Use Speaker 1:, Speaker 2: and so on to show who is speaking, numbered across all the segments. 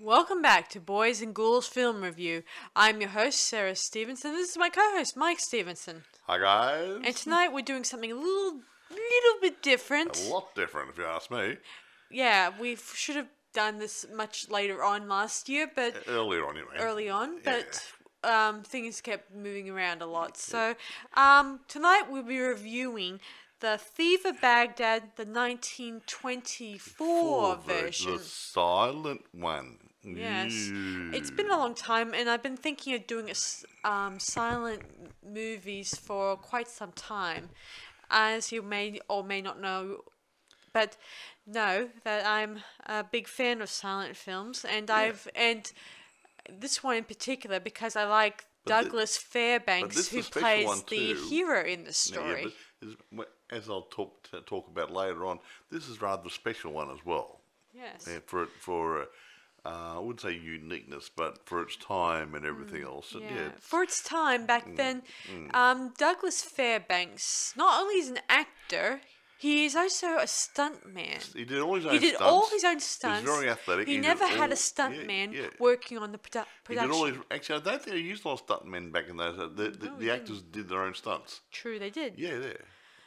Speaker 1: Welcome back to Boys and Ghouls Film Review. I'm your host, Sarah Stevenson. This is my co host, Mike Stevenson.
Speaker 2: Hi guys.
Speaker 1: And tonight we're doing something a little little bit different.
Speaker 2: a lot different, if you ask me.
Speaker 1: Yeah, we f- should have done this much later on last year, but
Speaker 2: Earlier on, anyway.
Speaker 1: early on,
Speaker 2: Uh, Yeah.
Speaker 1: but um, things kept moving around a lot. So um, tonight we'll be reviewing the Thief of Baghdad, the 1924
Speaker 2: Four
Speaker 1: version.
Speaker 2: The silent one.
Speaker 1: Yes, it's
Speaker 2: Yeah.
Speaker 1: been a long time, and I've been thinking of doing a s- um, silent movies for quite some time, as you may or may not know. But know that I'm a big fan of silent films, and I've and this one in particular because I like
Speaker 2: thi-
Speaker 1: Douglas Fairbanks,
Speaker 2: this is
Speaker 1: who
Speaker 2: a special
Speaker 1: plays
Speaker 2: one
Speaker 1: the
Speaker 2: too.
Speaker 1: hero in the
Speaker 2: Yeah,
Speaker 1: story.
Speaker 2: but it's- as I'll talk t- talk about later on, this is rather a special one as well.
Speaker 1: yes.
Speaker 2: Yeah, for it for uh, I wouldn't say uniqueness, but for its time and everything else. And
Speaker 1: Mm, Yeah.
Speaker 2: yeah. Mm,
Speaker 1: For its time back then, Um, Douglas Fairbanks not only is an actor, he is also a stuntman.
Speaker 2: He did all his own
Speaker 1: He did
Speaker 2: stunts.
Speaker 1: all his own stunts.
Speaker 2: very athletic.
Speaker 1: He,
Speaker 2: He did
Speaker 1: never had a
Speaker 2: all- yeah,
Speaker 1: stuntman
Speaker 2: yeah.
Speaker 1: working on the produ-
Speaker 2: He did
Speaker 1: production.
Speaker 2: all his, actually, I don't think they used a lot of stuntmen back in those. days. The, the,
Speaker 1: he
Speaker 2: the actors did their own stunts.
Speaker 1: True, they did.
Speaker 2: Yeah, yeah.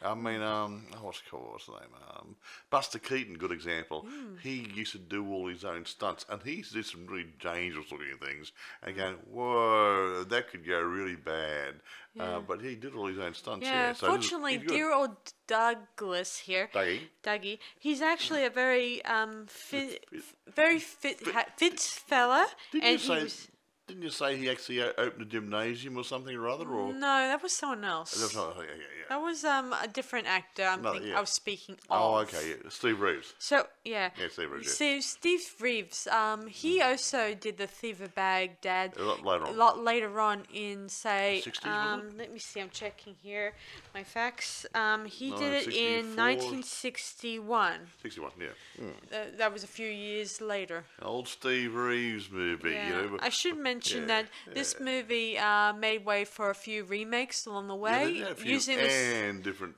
Speaker 2: I
Speaker 1: Hmm.
Speaker 2: mean, um, oh, what's, called, what's his name? Um, Buster Keaton, good example.
Speaker 1: Hmm.
Speaker 2: He used to do all his own stunts, and he used to do some really dangerous looking things. And going,
Speaker 1: Hmm.
Speaker 2: whoa, that could go really bad. Uh, but he did all his own stunts. Yeah,
Speaker 1: Yeah,
Speaker 2: so this is-
Speaker 1: fortunately,
Speaker 2: he's good.
Speaker 1: dear old Douglas here,
Speaker 2: Dougie.
Speaker 1: Dougie, he's actually a very um fit, very fit, ha- fit fella,
Speaker 2: Didn't
Speaker 1: and
Speaker 2: you
Speaker 1: he
Speaker 2: say?
Speaker 1: was,
Speaker 2: Didn't you say he actually o- opened a gymnasium or something or other? Or
Speaker 1: no, that was someone
Speaker 2: That's
Speaker 1: else.
Speaker 2: not- oh, yeah, yeah, yeah.
Speaker 1: That was um a different actor. I'm
Speaker 2: No,
Speaker 1: think-
Speaker 2: yeah.
Speaker 1: I was speaking of.
Speaker 2: Oh, okay. Yeah. Steve Reeves.
Speaker 1: So yeah.
Speaker 2: Yeah, Steve Reeves,
Speaker 1: So Steve Reeves, um, he also did the Thief of Baghdad
Speaker 2: Mm-hmm. A lot later
Speaker 1: a
Speaker 2: on.
Speaker 1: lot later on in say,
Speaker 2: 60s, was it?
Speaker 1: um, let me see, I'm checking here my facts. Um, he
Speaker 2: No,
Speaker 1: did it in
Speaker 2: 64.
Speaker 1: 1961.
Speaker 2: Sixty-one. Yeah. Mm.
Speaker 1: Th- that was a few years later.
Speaker 2: Old Steve Reeves movie.
Speaker 1: Yeah.
Speaker 2: You know,
Speaker 1: I should mention
Speaker 2: yeah,
Speaker 1: that this movie uh, made way for a few remakes along the
Speaker 2: Yeah,
Speaker 1: way
Speaker 2: they had a few
Speaker 1: using the s-
Speaker 2: and different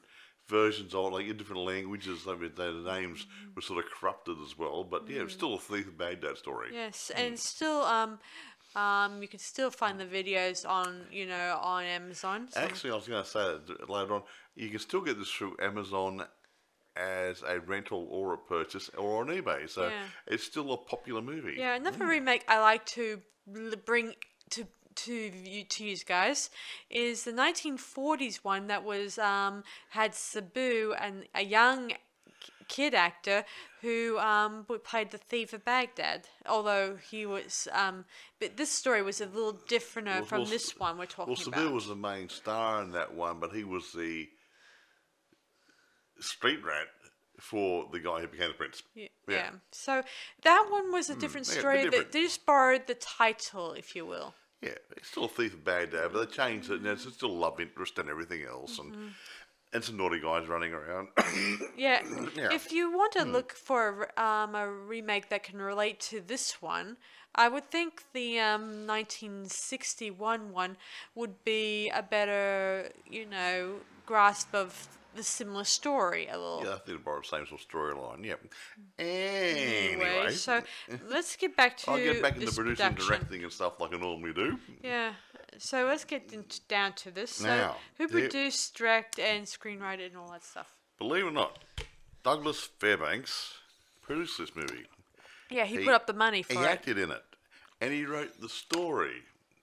Speaker 2: versions of it, like in different languages. I mean, their names
Speaker 1: Mm-hmm.
Speaker 2: were sort of corrupted as well, but yeah, it's still a thief of Baghdad story.
Speaker 1: Yes, and still, um, um, you can still find the videos on, you know, on Amazon. so-
Speaker 2: Actually, I was going to say that later on. You can still get this through Amazon as a rental or a purchase or on eBay. So
Speaker 1: Yeah.
Speaker 2: it's still a popular movie.
Speaker 1: yeah, another remake I like to l- bring to to you to you guys is the 1940s one that was um had Sabu and a young k- kid actor who um w- played the thief of Baghdad although he was um but this story was a little different uh,
Speaker 2: Well,
Speaker 1: from
Speaker 2: well,
Speaker 1: this
Speaker 2: S-
Speaker 1: one we're talking
Speaker 2: Well, Sabu
Speaker 1: about
Speaker 2: was the main star in that one, but he was the street rat for the guy who became the prince.
Speaker 1: Y- Yeah.
Speaker 2: Yeah.
Speaker 1: So that one was a different
Speaker 2: yeah, a bit
Speaker 1: story. That
Speaker 2: different.
Speaker 1: They just borrowed the title, if you will.
Speaker 2: Yeah, it's still a Thief of Baghdad, but they changed it, and it's still love interest and everything else, and
Speaker 1: Mm-hmm.
Speaker 2: and some naughty guys running around.
Speaker 1: Yeah.
Speaker 2: Yeah. Hmm.
Speaker 1: If you want to look for a, re- um, a remake that can relate to this one, I would think the um, 1961 one would be a better, you know, grasp of the similar story a little.
Speaker 2: yeah, I think they borrowed the same sort of storyline. Yeah. Anyway,
Speaker 1: so let's get back to
Speaker 2: I'll get back into
Speaker 1: this
Speaker 2: producing, and
Speaker 1: production.
Speaker 2: directing, and stuff like I normally do.
Speaker 1: Yeah. So let's get into, down to this. So
Speaker 2: Now,
Speaker 1: who
Speaker 2: the-
Speaker 1: produced, direct, and screenwriter and all that stuff?
Speaker 2: Believe it or not, Douglas Fairbanks produced this movie.
Speaker 1: Yeah, he,
Speaker 2: He-
Speaker 1: put up the money for
Speaker 2: He
Speaker 1: it.
Speaker 2: acted in it, and he wrote the story.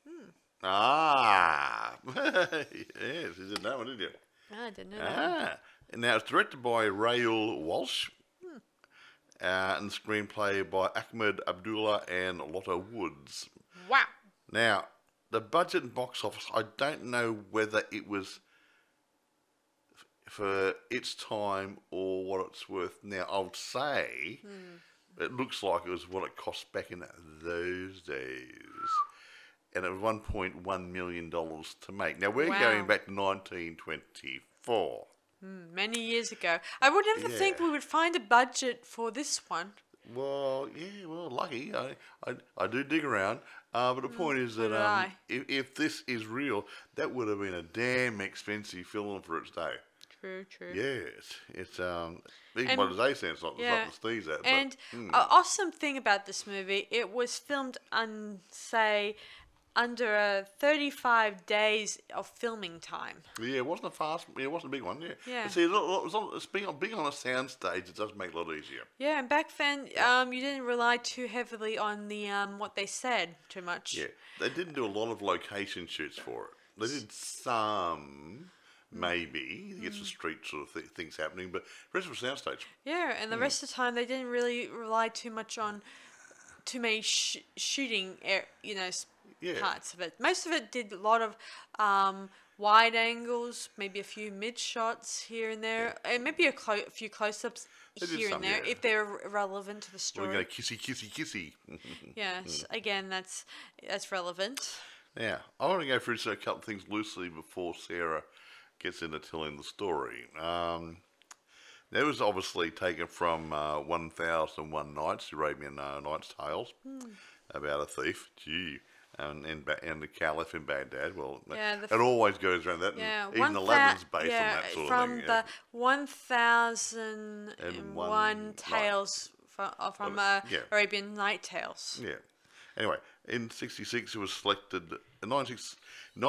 Speaker 1: Hmm.
Speaker 2: Ah, yes, you didn't know, did you?
Speaker 1: Ah, I didn't know that.
Speaker 2: Ah, and now it's directed by Raoul Walsh, uh, and the screenplay by Ahmed Abdullah and Lotta Woods.
Speaker 1: Wow.
Speaker 2: Now, the budget and box office, I don't know whether it was f- for its time or what it's worth now. I would say it looks like it was what it cost back in those days. And it was $1.1 million to make. Now, we're
Speaker 1: Wow.
Speaker 2: going back to 1924.
Speaker 1: Mm, Many years ago. I would never think
Speaker 2: Yeah.
Speaker 1: we would find a budget for this one.
Speaker 2: Well, yeah, well, lucky. I, I, I do dig around. Uh, but the point is that
Speaker 1: did
Speaker 2: um,
Speaker 1: Mm, I.
Speaker 2: if, if this is real, that would have been a damn expensive film for its day.
Speaker 1: true, true.
Speaker 2: Yeah, it's, it's um, even
Speaker 1: And-
Speaker 2: by today's standards, it's not,
Speaker 1: yeah.
Speaker 2: it's not to sneeze at. But, hmm.
Speaker 1: And an awesome thing about this movie, it was filmed on say under uh, 35 days of filming time.
Speaker 2: yeah, it wasn't a fast, yeah, it wasn't a big one, yeah.
Speaker 1: Yeah.
Speaker 2: But see, it's, not- it's, not, it's being, on- being on a sound stage, it does make it a lot easier.
Speaker 1: Yeah, and back then, um, you didn't rely too heavily on the um, what they said too much.
Speaker 2: Yeah, they didn't do a lot of location shoots for it. They did some, maybe, to get
Speaker 1: Mm.
Speaker 2: some street sort of th- things happening, but the rest was soundstage.
Speaker 1: Yeah, and the rest of the time they didn't really rely too much on too many sh- shooting, air, you know, s-
Speaker 2: Yeah.
Speaker 1: parts of it. Most of it did a lot of um, wide angles, maybe a few mid shots here and there, and maybe a clo- a few close ups
Speaker 2: They did
Speaker 1: here
Speaker 2: some,
Speaker 1: and there
Speaker 2: yeah.
Speaker 1: if they're r- relevant to the
Speaker 2: We're
Speaker 1: story.
Speaker 2: going to kissy, kissy, kissy.
Speaker 1: Yes, again, that's that's relevant.
Speaker 2: Yeah, I want to go through a couple of things loosely before Sarah gets into telling the story. Um, that was obviously taken from uh, 1001 Nights, the Arabian uh, Nights Tales,
Speaker 1: Hmm.
Speaker 2: about a thief. Gee. And, and, ba- and the caliph in Baghdad, well,
Speaker 1: Yeah, the
Speaker 2: it
Speaker 1: f-
Speaker 2: always goes around that. and
Speaker 1: Yeah,
Speaker 2: even the
Speaker 1: thou-
Speaker 2: Aladdin's based on
Speaker 1: yeah,
Speaker 2: that sort
Speaker 1: from
Speaker 2: of thing.
Speaker 1: the
Speaker 2: yeah.
Speaker 1: one thousand and
Speaker 2: one
Speaker 1: one
Speaker 2: night.
Speaker 1: tales from, uh, from uh,
Speaker 2: Well, yeah.
Speaker 1: Arabian Night Tales.
Speaker 2: Yeah. Anyway, in 66, it was selected. In 96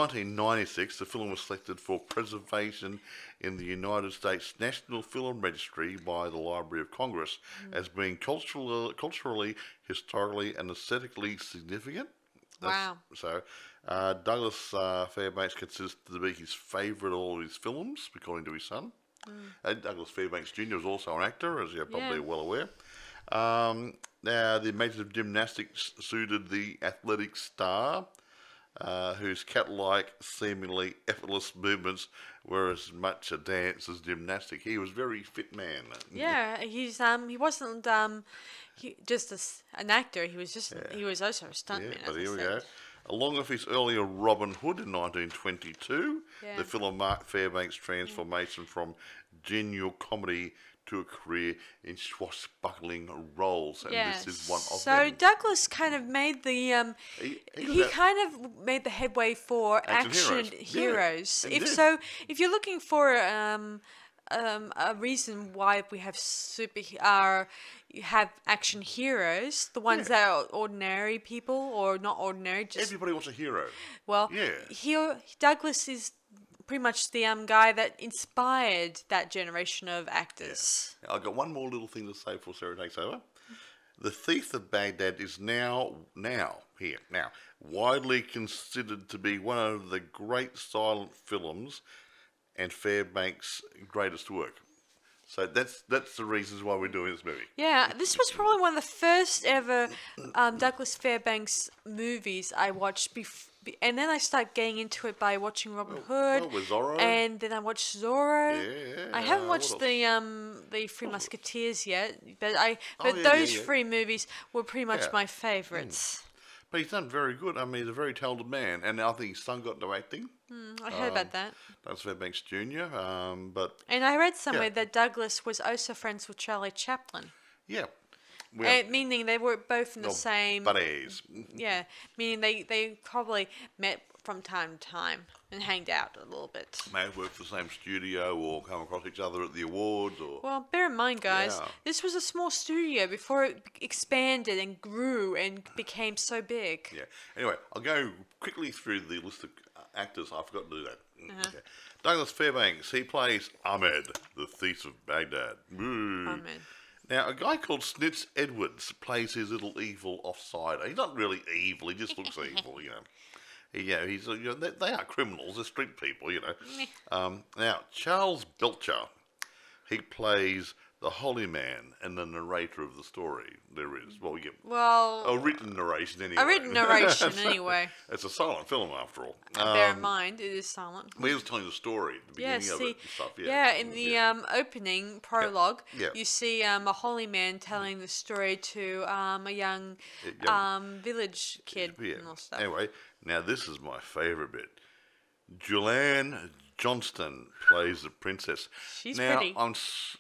Speaker 2: 1996, the film was selected for preservation in the United States National Film Registry by the Library of Congress
Speaker 1: Mm.
Speaker 2: as being cultural, culturally, historically, and aesthetically significant.
Speaker 1: Wow.
Speaker 2: So, uh, Douglas uh, Fairbanks considers to be his favourite of all his films, according to his son. And Douglas Fairbanks Jr. is also an actor, as you're probably
Speaker 1: Mm. Yeah.
Speaker 2: well aware. Um, now, the mention of gymnastics suited the athletic star, uh, whose cat like, seemingly effortless movements were as much a dance as gymnastic. He was a very fit man.
Speaker 1: Yeah, he's um he wasn't um he just a s an actor. He was just he was also a
Speaker 2: Yeah,
Speaker 1: stuntman.
Speaker 2: but
Speaker 1: as I
Speaker 2: here we go.
Speaker 1: said.
Speaker 2: Along with his earlier Robin Hood in 1922,
Speaker 1: Yeah. Mm.
Speaker 2: the film marked Fairbanks' transformation from genial comedy to a career in swashbuckling roles, and
Speaker 1: Yeah.
Speaker 2: this is one of
Speaker 1: so
Speaker 2: them.
Speaker 1: Douglas kind of made the um
Speaker 2: He- he was
Speaker 1: he
Speaker 2: a-
Speaker 1: kind of made the headway for
Speaker 2: Action
Speaker 1: action,
Speaker 2: heroes.
Speaker 1: heroes.
Speaker 2: Yeah, he
Speaker 1: if
Speaker 2: did.
Speaker 1: so, if you're looking for um um a reason why we have super uh, you have action heroes, the ones that are ordinary people or not ordinary, just
Speaker 2: Everybody wants a hero.
Speaker 1: Well,
Speaker 2: Yeah.
Speaker 1: here Douglas is pretty much the um guy that inspired that generation of actors.
Speaker 2: I've got one more little thing to say before Sarah takes over. The Thief of Baghdad is now, now, here, now, widely considered to be one of the great silent films and Fairbanks' greatest work. So that's that's the reasons why we're doing this movie.
Speaker 1: Yeah. this was probably one of the first ever um, Douglas Fairbanks movies I watched before. And then I started getting into it by watching Robin Hood,
Speaker 2: well, Oh, with Zorro.
Speaker 1: and then I watched Zorro. I
Speaker 2: Yeah,
Speaker 1: haven't watched
Speaker 2: what
Speaker 1: the um the Three Musketeers yet, but I
Speaker 2: Oh,
Speaker 1: but
Speaker 2: yeah, yeah,
Speaker 1: those
Speaker 2: yeah.
Speaker 1: three movies were pretty much
Speaker 2: Yeah.
Speaker 1: my favorites.
Speaker 2: But he's done very good. I mean, he's a very talented man, and I think his son got into acting.
Speaker 1: Mm, I heard
Speaker 2: Um,
Speaker 1: about that.
Speaker 2: That's Fairbanks Jr. Um, but
Speaker 1: And I read somewhere that Douglas was also friends with Charlie Chaplin,
Speaker 2: yeah, we
Speaker 1: Eh, meaning they were both in the same.
Speaker 2: buddies.
Speaker 1: Yeah, meaning they they probably met from time to time and hanged out a little bit.
Speaker 2: may have worked for the same studio or come across each other at the awards or
Speaker 1: Well, bear in mind, guys,
Speaker 2: Yeah.
Speaker 1: this was a small studio before it expanded and grew and became so big.
Speaker 2: yeah anyway i'll go quickly through the list of uh, actors i forgot to do that Mm, okay. douglas fairbanks he plays ahmed the thief of baghdad Woo.
Speaker 1: I mean,
Speaker 2: now a guy called snitz edwards plays his little evil offsider he's not really evil he just looks evil you know yeah, he's uh, you know, they, they are criminals, they're street people, you know. Um, now Charles Belcher, he plays the holy man and the narrator of the story. There is well, yeah,
Speaker 1: well,
Speaker 2: a written narration anyway.
Speaker 1: a written narration anyway.
Speaker 2: it's a silent film after all.
Speaker 1: bear
Speaker 2: Um,
Speaker 1: in mind, it is silent.
Speaker 2: we was telling the story at the
Speaker 1: Yeah,
Speaker 2: beginning of
Speaker 1: see,
Speaker 2: it and stuff. Yeah,
Speaker 1: yeah, in the
Speaker 2: Yeah.
Speaker 1: um, opening prologue,
Speaker 2: Yeah.
Speaker 1: you see um, a holy man telling the story to um, a young
Speaker 2: Yeah, yeah.
Speaker 1: um, village kid
Speaker 2: Yeah.
Speaker 1: and all stuff.
Speaker 2: Anyway, now this is my favourite bit. Julianne Johnston plays the princess.
Speaker 1: She's
Speaker 2: now,
Speaker 1: pretty.
Speaker 2: I'm. s-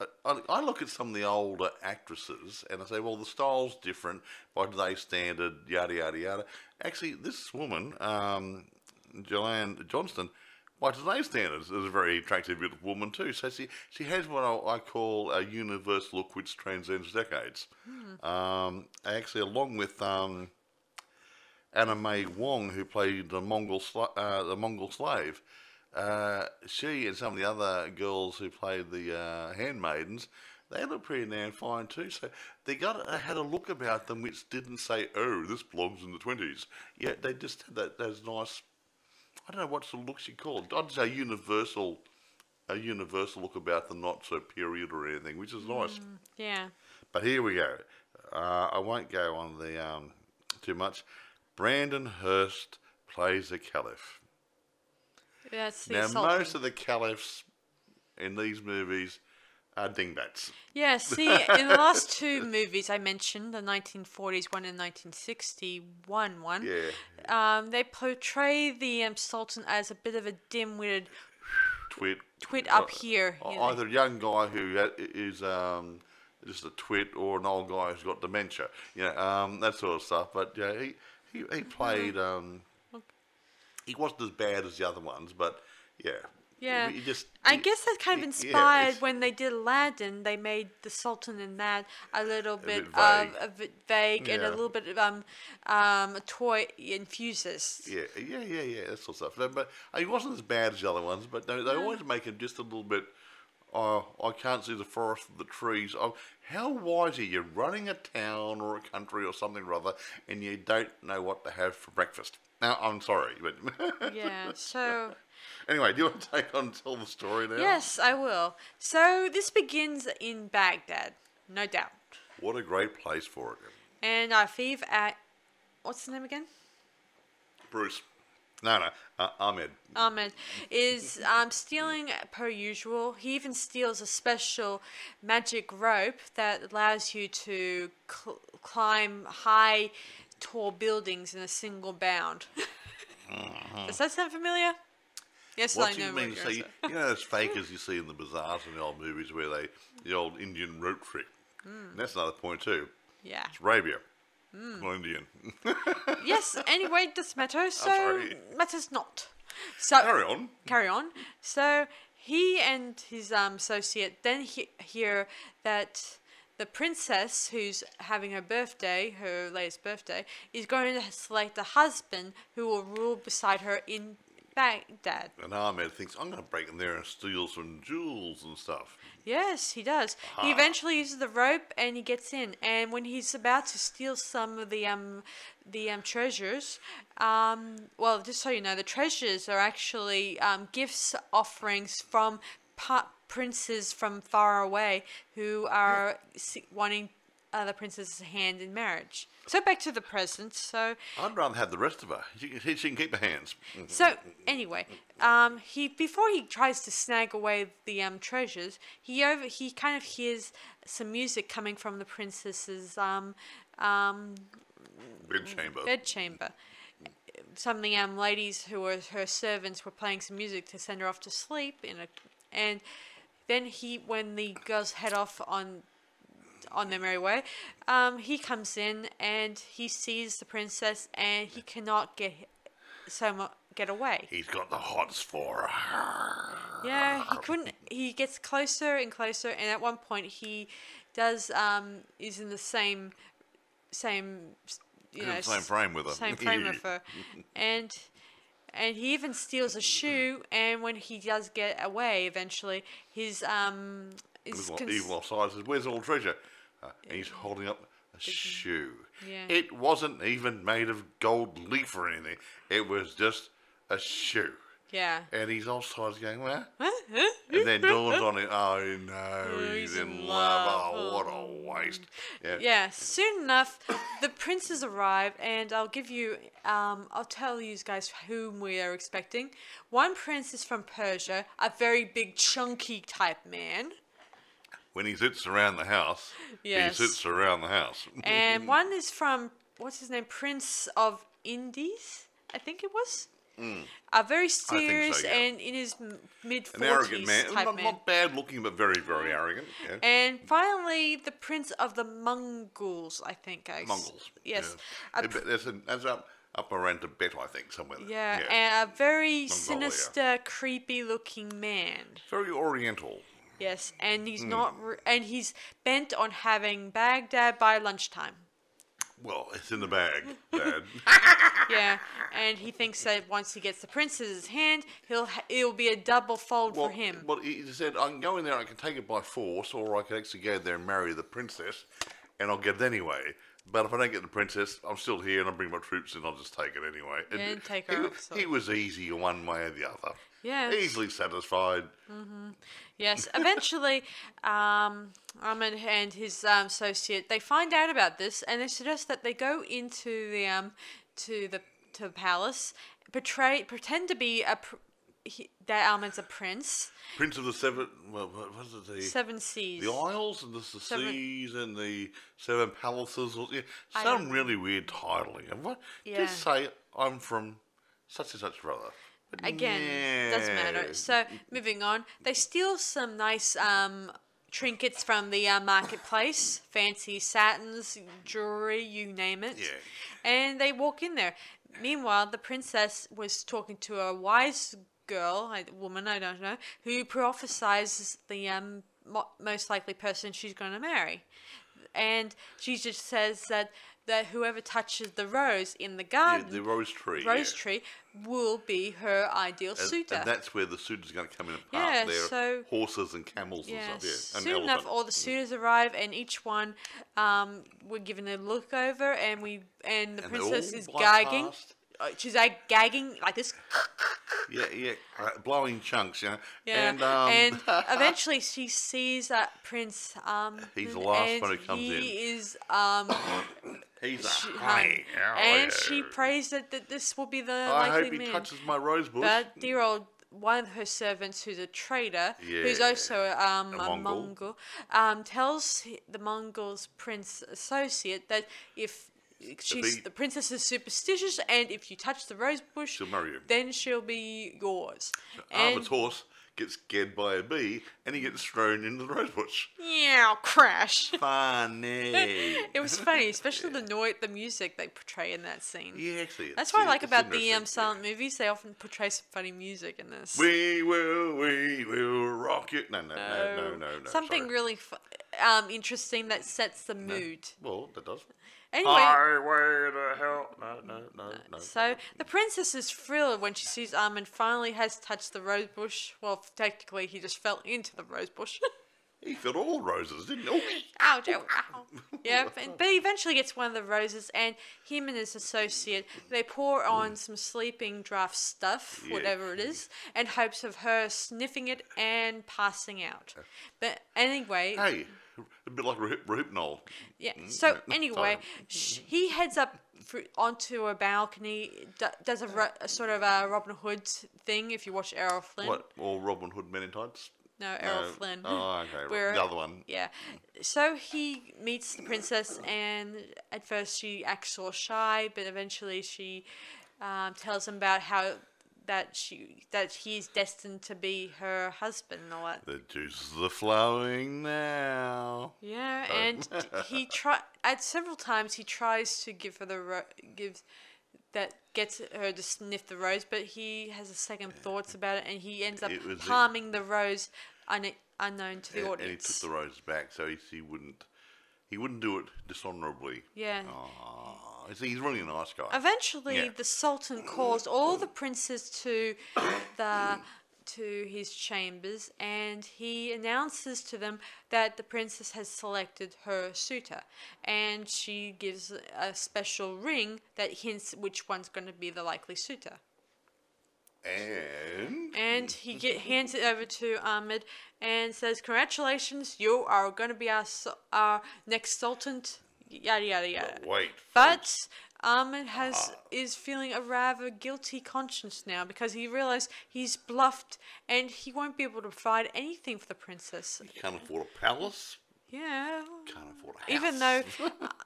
Speaker 2: I- I, I look at some of the older actresses and I say, well, the style's different by today's standard, yada, yada, yada. Actually, this woman, um, Joanne Johnston, by today's standards, is a very attractive bit of woman too. So she she has what I, I call a universe look, which transcends decades.
Speaker 1: Hmm.
Speaker 2: Um, actually, along with um, Anna Mae Wong, who played the Mongol sla- uh, the Mongol slave. Uh, she and some of the other girls who played the uh, handmaidens, they look pretty damn fine too. So they got they had a look about them which didn't say, "Oh, this belongs in the 20s. Yet they just had that those nice. I don't know what's the look she called. I'd say universal, a universal look about them, not so period or anything, which is nice.
Speaker 1: Yeah.
Speaker 2: But here we go. Uh, I won't go on the um, too much. Brandon Hurst plays the caliph.
Speaker 1: That's the
Speaker 2: now,
Speaker 1: Sultan.
Speaker 2: most of the caliphs in these movies are dingbats.
Speaker 1: Yeah, see, in the last two movies I mentioned, the 1940s one and 1961 one,
Speaker 2: Yeah,
Speaker 1: um, they portray the um, Sultan as a bit of a dim-witted
Speaker 2: twit.
Speaker 1: twit up here.
Speaker 2: E-
Speaker 1: you know.
Speaker 2: Either a young guy who ha- is um, just a twit or an old guy who's got dementia. You know, um, that sort of stuff. But yeah, he, he,
Speaker 1: Mm-hmm.
Speaker 2: he played. Um, he wasn't as bad as the other ones, but yeah.
Speaker 1: Yeah.
Speaker 2: He just,
Speaker 1: I
Speaker 2: he-
Speaker 1: guess that kind of
Speaker 2: y- yeah,
Speaker 1: inspired
Speaker 2: it's-
Speaker 1: when they did Aladdin. They made the Sultan in that a little bit,
Speaker 2: bit
Speaker 1: um,
Speaker 2: vague.
Speaker 1: a bit vague and a
Speaker 2: Yeah.
Speaker 1: little bit of, um, um, toy infuses.
Speaker 2: Yeah, yeah, yeah, yeah, that sort of stuff. No, but uh, he wasn't as bad as the other ones, but no, they always make him just a little bit. Oh, I can't see the forest for the trees. Oh, how wise are you? running a town or a country or something or other, and you don't know what to have for breakfast. Now, I'm sorry, but
Speaker 1: yeah so.
Speaker 2: anyway, do you want to take on and tell the story now?
Speaker 1: Yes, I will. So this begins in Baghdad, no doubt.
Speaker 2: What a great place for it,
Speaker 1: And Afif at what's the name again?
Speaker 2: Bruce. No, no, uh, Ahmed.
Speaker 1: Ahmed is um, stealing per usual. He even steals a special magic rope that allows you to cl- climb high, tall buildings in a single bound. Does that sound familiar? Yes,
Speaker 2: Uh-huh.
Speaker 1: I
Speaker 2: What
Speaker 1: know.
Speaker 2: do you
Speaker 1: what
Speaker 2: mean?
Speaker 1: you're
Speaker 2: So you,
Speaker 1: saying.
Speaker 2: you know those fakers you see in the bazaars and the old movies where they the old Indian rope trick.
Speaker 1: Hmm.
Speaker 2: And that's another point too.
Speaker 1: Yeah.
Speaker 2: It's Arabia.
Speaker 1: Hmm.
Speaker 2: Not Indian.
Speaker 1: yes. Anyway, does matter. So
Speaker 2: sorry.
Speaker 1: matters not. So
Speaker 2: Carry on.
Speaker 1: carry on. So he and his um, associate then he- hear that the princess who's having her birthday, her latest birthday, is going to select a husband who will rule beside her in Baghdad.
Speaker 2: And Ahmed thinks I'm going to break in there and steal some jewels and stuff.
Speaker 1: Yes, he does. He
Speaker 2: Ah.
Speaker 1: eventually uses the rope and he gets in. And when he's about to steal some of the um, the um, treasures, um, well, just so you know, the treasures are actually um, gifts offerings from pa- princes from far away who are se- wanting uh, the princess's hand in marriage. So back to the present. So
Speaker 2: I'd rather have the rest of her. She can, she can keep her hands. Mm.
Speaker 1: so anyway, um, he before he tries to snag away the um, treasures, he over he kind of hears some music coming from the princess's um, um, Hmm.
Speaker 2: Bedchamber.
Speaker 1: bedchamber. Some of the um, ladies who were her servants were playing some music to send her off to sleep. In a, and then he, when the girls head off on on their merry way, um, he comes in and he sees the princess, and he cannot get so mu- get away.
Speaker 2: He's got the hots for her.
Speaker 1: Yeah, he couldn't. He gets closer and closer, and at one point he does um is in the same same you
Speaker 2: In
Speaker 1: know
Speaker 2: the same
Speaker 1: s-
Speaker 2: frame with her.
Speaker 1: same frame with her, and and he even steals a shoe. And when he does get away, eventually his um is
Speaker 2: This one,
Speaker 1: cons-
Speaker 2: evil Osiris says, Where's all the treasure? Uh, and he's holding up a shoe.
Speaker 1: Yeah.
Speaker 2: It wasn't even made of gold leaf or anything, it was just a shoe.
Speaker 1: yeah.
Speaker 2: And he's all sides going, well. and then dawns on him, oh no, he's, in, love. Oh, what a waste. Yeah.
Speaker 1: Yeah, soon enough, the princes arrive, and I'll give you, um, I'll tell you guys whom we are expecting. One prince is from Persia, a very big, chunky type man,
Speaker 2: When he sits around the house,
Speaker 1: Yes.
Speaker 2: he sits around the house. Mm.
Speaker 1: and one is from, what's his name, Prince of Indies, I think it was.
Speaker 2: Mm.
Speaker 1: A very serious
Speaker 2: yeah.
Speaker 1: and in his mid
Speaker 2: An arrogant
Speaker 1: 40s
Speaker 2: man.
Speaker 1: type
Speaker 2: Not,
Speaker 1: man.
Speaker 2: not bad looking, but very, very arrogant. Yeah.
Speaker 1: And finally, the prince of the Mongols, I think. I s-
Speaker 2: Mongols.
Speaker 1: Yes.
Speaker 2: Yeah.
Speaker 1: A
Speaker 2: But that's, a, that's a, up around Tibet, I think, somewhere. there.
Speaker 1: Yeah, and a very
Speaker 2: Mongolia.
Speaker 1: sinister, creepy-looking man.
Speaker 2: very Oriental.
Speaker 1: Yes, and
Speaker 2: Hmm.
Speaker 1: he's not, re- and he's bent on having Baghdad by lunchtime.
Speaker 2: Well, it's in the bag, Dad.
Speaker 1: Yeah, and he thinks that once he gets the prince in his hand, he'll ha- it'll be a double fold
Speaker 2: well,
Speaker 1: for him.
Speaker 2: well, he said, I can go in there, I can take it by force, or I can actually go there and marry the princess, and I'll get it anyway. But if I don't get the princess, I'm still here and I'll bring my troops and I'll just take it anyway.
Speaker 1: Yeah, and take her
Speaker 2: he,
Speaker 1: off, so-
Speaker 2: He was easy one way or the other.
Speaker 1: Yes.
Speaker 2: Easily satisfied.
Speaker 1: Yes, eventually, um, Ahmed and his um, associate they find out about this, and they suggest that they go into the um, to the to the palace, portray pretend to be a pr- he, that Ahmed's a prince,
Speaker 2: Prince of the Seven. Well, what was it? The,
Speaker 1: seven seas.
Speaker 2: the Isles and the s-
Speaker 1: Seven-
Speaker 2: Seas and the Seven Palaces. Or, yeah,
Speaker 1: I
Speaker 2: some
Speaker 1: don't-
Speaker 2: really weird titling. And what?
Speaker 1: Yeah.
Speaker 2: Just say, I'm from such and such, brother. But
Speaker 1: Again, doesn't
Speaker 2: no.
Speaker 1: matter. So moving on, they steal some nice um, trinkets from the uh, marketplace, fancy satins, jewelry, you name it.
Speaker 2: Yeah.
Speaker 1: And they walk in there. Meanwhile, the princess was talking to a wise girl, a woman, I don't know, who prophesizes the um, mo- most likely person she's going to marry. And she just says that, that whoever touches the rose in the
Speaker 2: Yeah,
Speaker 1: garden
Speaker 2: the rose tree.
Speaker 1: rose
Speaker 2: yeah.
Speaker 1: tree will be her ideal
Speaker 2: And,
Speaker 1: suitor.
Speaker 2: and that's where the suitors are going to come in and park
Speaker 1: Yeah,
Speaker 2: their
Speaker 1: so-
Speaker 2: horses and camels
Speaker 1: yeah,
Speaker 2: and stuff. Yeah, and
Speaker 1: soon enough,
Speaker 2: elephant.
Speaker 1: all the suitors arrive, and each one um, we're given a look over, and we and the
Speaker 2: And they're
Speaker 1: princess
Speaker 2: all
Speaker 1: is
Speaker 2: bypassed.
Speaker 1: gagging. Uh, She's like gagging like this,
Speaker 2: Yeah, yeah, uh, blowing chunks, you know.
Speaker 1: yeah.
Speaker 2: And, um,
Speaker 1: and eventually she sees that prince. Um,
Speaker 2: He's the last one
Speaker 1: and
Speaker 2: who comes
Speaker 1: he
Speaker 2: in. Oh,
Speaker 1: is um,
Speaker 2: he's a
Speaker 1: she-
Speaker 2: high.
Speaker 1: hun, and she prays that, that this will be the
Speaker 2: I
Speaker 1: likely
Speaker 2: hope he
Speaker 1: man.
Speaker 2: touches my rose bush.
Speaker 1: But dear old one of her servants, who's a trader, who's
Speaker 2: Yeah,
Speaker 1: also um,
Speaker 2: a
Speaker 1: a,
Speaker 2: Mongol.
Speaker 1: Mongol, um, tells h- the Mongol's prince associate that if she's
Speaker 2: he-
Speaker 1: the princess is superstitious, and if you touch the rose bush,
Speaker 2: She'll marry you.
Speaker 1: then she'll be yours.
Speaker 2: Armor's
Speaker 1: And
Speaker 2: horse gets scared by a bee and he gets thrown into the rose bush.
Speaker 1: meow, crash.
Speaker 2: Funny.
Speaker 1: it was funny, especially the noise, the music they portray in that scene.
Speaker 2: yeah, actually,
Speaker 1: That's what I
Speaker 2: it's-
Speaker 1: like
Speaker 2: it's
Speaker 1: about the
Speaker 2: interesting,
Speaker 1: um,
Speaker 2: yeah.
Speaker 1: silent movies. They often portray some funny music in this.
Speaker 2: We will, we will rock it. No, no, no, no, no, no.
Speaker 1: Something
Speaker 2: sorry.
Speaker 1: really fu- um, interesting that sets the mood.
Speaker 2: Well, that does.
Speaker 1: Anyway,
Speaker 2: Highway to hell. No, no, no, Oh, no.
Speaker 1: so the princess is thrilled when she sees Armin finally has touched the rose bush. Well, technically, he just fell into the rose bush.
Speaker 2: he filled all roses, didn't he? Oh,
Speaker 1: Ouch, ow, ow. Yeah, but, but he eventually gets one of the roses, and him and his associate they pour on some sleeping draft stuff,
Speaker 2: Yeah.
Speaker 1: whatever it is, in hopes of her sniffing it and passing out. But anyway,
Speaker 2: hey, a bit like Rah- Rohypnol.
Speaker 1: Yeah. So
Speaker 2: no,
Speaker 1: anyway, sh- he heads up fr- onto a balcony, d- does a, ro- a sort of a Robin Hood thing. If you watch Errol Flynn,
Speaker 2: What? Or Robin Hood Men in Tights?
Speaker 1: no, Errol
Speaker 2: No.
Speaker 1: Flynn.
Speaker 2: Oh, okay.
Speaker 1: Where-
Speaker 2: the other one.
Speaker 1: Yeah. So he meets the princess, and at first she acts all shy, but eventually she um, tells him about how that she that he is destined to be her husband and all that.
Speaker 2: The juices are flowing now.
Speaker 1: Yeah, and d- he try at several times he tries to give her the ro- gives that gets her to sniff the rose, but he has a second thoughts about it, and he ends up
Speaker 2: It was a-
Speaker 1: palming the rose un- unknown to the
Speaker 2: And, and he
Speaker 1: audience.
Speaker 2: took the roses back, so he, he wouldn't. He wouldn't do it dishonorably.
Speaker 1: yeah.
Speaker 2: Ah, he's- he's really a nice guy.
Speaker 1: Eventually,
Speaker 2: Yeah.
Speaker 1: the Sultan calls all the princes to the to his chambers, and he announces to them that the princess has selected her suitor, and she gives a special ring that hints which one's going to be the likely suitor.
Speaker 2: And
Speaker 1: And he get, hands it over to Ahmed and says, "Congratulations, you are going to be our su- our next Sultan." t- Yada yada yada.
Speaker 2: wait.
Speaker 1: But Ahmed has
Speaker 2: Ah.
Speaker 1: is feeling a rather guilty conscience now because he realized he's bluffed and he won't be able to provide anything for the princess.
Speaker 2: he can't afford a palace.
Speaker 1: Yeah. uh,
Speaker 2: Can't afford a house.
Speaker 1: Even though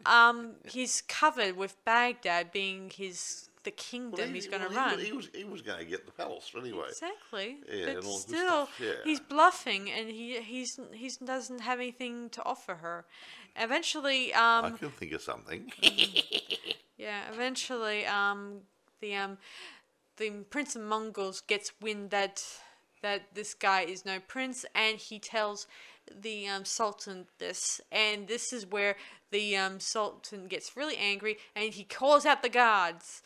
Speaker 1: um he's covered with Baghdad being his the kingdom
Speaker 2: he-
Speaker 1: he's going to
Speaker 2: well,
Speaker 1: run.
Speaker 2: He, was he was going to get the palace anyway.
Speaker 1: Exactly.
Speaker 2: Yeah, and
Speaker 1: but
Speaker 2: all that good
Speaker 1: still,
Speaker 2: stuff, yeah.
Speaker 1: he's bluffing, and he he's he doesn't have anything to offer her. Eventually,
Speaker 2: I
Speaker 1: um,
Speaker 2: can think of something.
Speaker 1: yeah, eventually, um, the um, the prince of Mongols gets wind that that this guy is no prince, and he tells the um, sultan this, and this is where the um, sultan gets really angry, and he calls out the guards.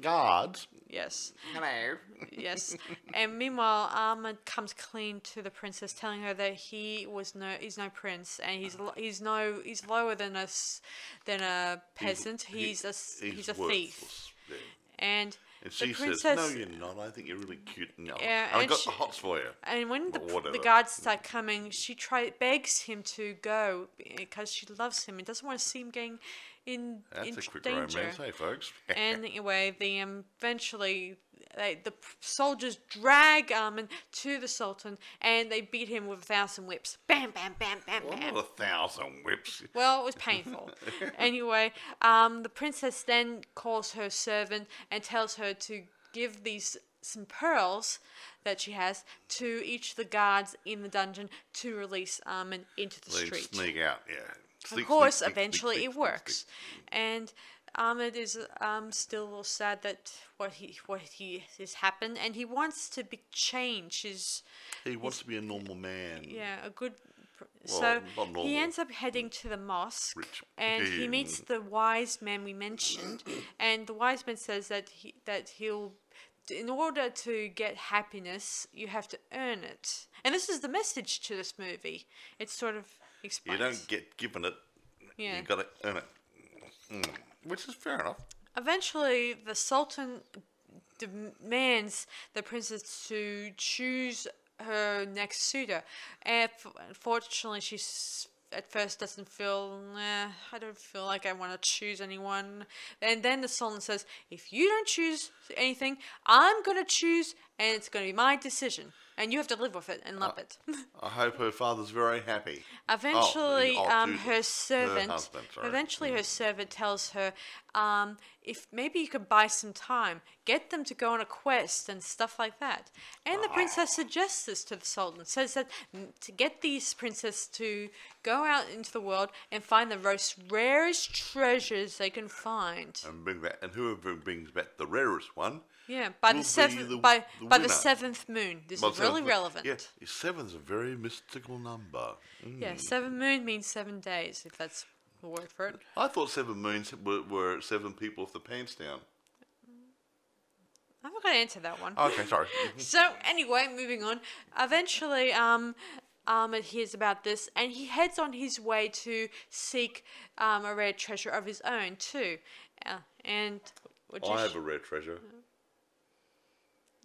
Speaker 2: Guards.
Speaker 1: Yes.
Speaker 2: Hello.
Speaker 1: Yes. and meanwhile, Ahmed comes clean to the princess, telling her that he was no, he's no prince, and he's lo- he's no, he's lower than a, s- than a peasant. He's,
Speaker 2: he-
Speaker 1: a s- he's, a thief.
Speaker 2: worthless. Yeah.
Speaker 1: And,
Speaker 2: And
Speaker 1: the
Speaker 2: she
Speaker 1: princess.
Speaker 2: says, "No, you're not. I think you're really cute." No,
Speaker 1: Yeah,
Speaker 2: I
Speaker 1: and
Speaker 2: got
Speaker 1: she-
Speaker 2: the hots for you.
Speaker 1: and when the,
Speaker 2: Or
Speaker 1: pr-
Speaker 2: whatever.
Speaker 1: the guards start coming, she try begs him to go because she loves him and doesn't want to see him getting in
Speaker 2: That's
Speaker 1: in
Speaker 2: a quick
Speaker 1: danger.
Speaker 2: romance, eh? hey folks.
Speaker 1: anyway, the um, eventually they, the p- soldiers drag Armin to the Sultan and they beat him with a thousand whips. Bam, bam, bam, bam,
Speaker 2: well,
Speaker 1: bam.
Speaker 2: not a thousand whips.
Speaker 1: Well, it was painful. anyway, um, the princess then calls her servant and tells her to give these some pearls that she has to each of the guards in the dungeon to release Armin into the
Speaker 2: They
Speaker 1: street
Speaker 2: sneak out. Yeah. Sneak,
Speaker 1: of
Speaker 2: sneak,
Speaker 1: course,
Speaker 2: sneak, sneak,
Speaker 1: eventually
Speaker 2: sneak,
Speaker 1: it
Speaker 2: sneak,
Speaker 1: works, and Ahmed is um, still a little sad that what he what he has happened, and he wants to be changed. His
Speaker 2: sneak. He wants to be a normal man.
Speaker 1: yeah, a good. pr-
Speaker 2: Well,
Speaker 1: So
Speaker 2: not
Speaker 1: he
Speaker 2: normal.
Speaker 1: ends up heading to the mosque,
Speaker 2: Rich.
Speaker 1: and he meets the wise man we mentioned, and the wise man says that he that he'll. In order to get happiness, you have to earn it, and this is the message to this movie. It's sort of
Speaker 2: You
Speaker 1: explains.
Speaker 2: don't get given it.
Speaker 1: Yeah.
Speaker 2: You got to earn it. Mm. Which is fair enough.
Speaker 1: Eventually, the Sultan demands the princess to choose her next suitor. And f- unfortunately, she s- at first doesn't feel, nah, I don't feel like I want to choose anyone. And then the Sultan says, If you don't choose anything, I'm going to choose, and it's going to be my decision. And you have to live with it and love it.
Speaker 2: I hope her father's very happy.
Speaker 1: Eventually,
Speaker 2: oh,
Speaker 1: um,
Speaker 2: dude,
Speaker 1: her servant.
Speaker 2: husband, sorry. Mm-hmm.
Speaker 1: eventually, her servant tells her, um, if maybe you could buy some time, get them to go on a quest and stuff like that. And
Speaker 2: Ah.
Speaker 1: the princess suggests this to the sultan. Says that mm, to get these princess to go out into the world and find the most rarest treasures they can find.
Speaker 2: And bring back, and whoever brings back the rarest one.
Speaker 1: Yeah, by
Speaker 2: will
Speaker 1: the
Speaker 2: be
Speaker 1: seventh,
Speaker 2: the-
Speaker 1: by
Speaker 2: the
Speaker 1: by the
Speaker 2: winner.
Speaker 1: seventh moon. This
Speaker 2: Well,
Speaker 1: is really
Speaker 2: seven's-
Speaker 1: relevant.
Speaker 2: Yeah, seven's a very mystical number. Mm.
Speaker 1: yeah, seven moon means seven days, if that's the word for it.
Speaker 2: I thought seven moons were, were seven people with the pants down.
Speaker 1: I'm not going to answer that one.
Speaker 2: Okay, sorry.
Speaker 1: so anyway, moving on. Eventually, um, Ahmed hears about this, and he heads on his way to seek um, a rare treasure of his own too. Uh, and which
Speaker 2: I
Speaker 1: is
Speaker 2: have a rare treasure.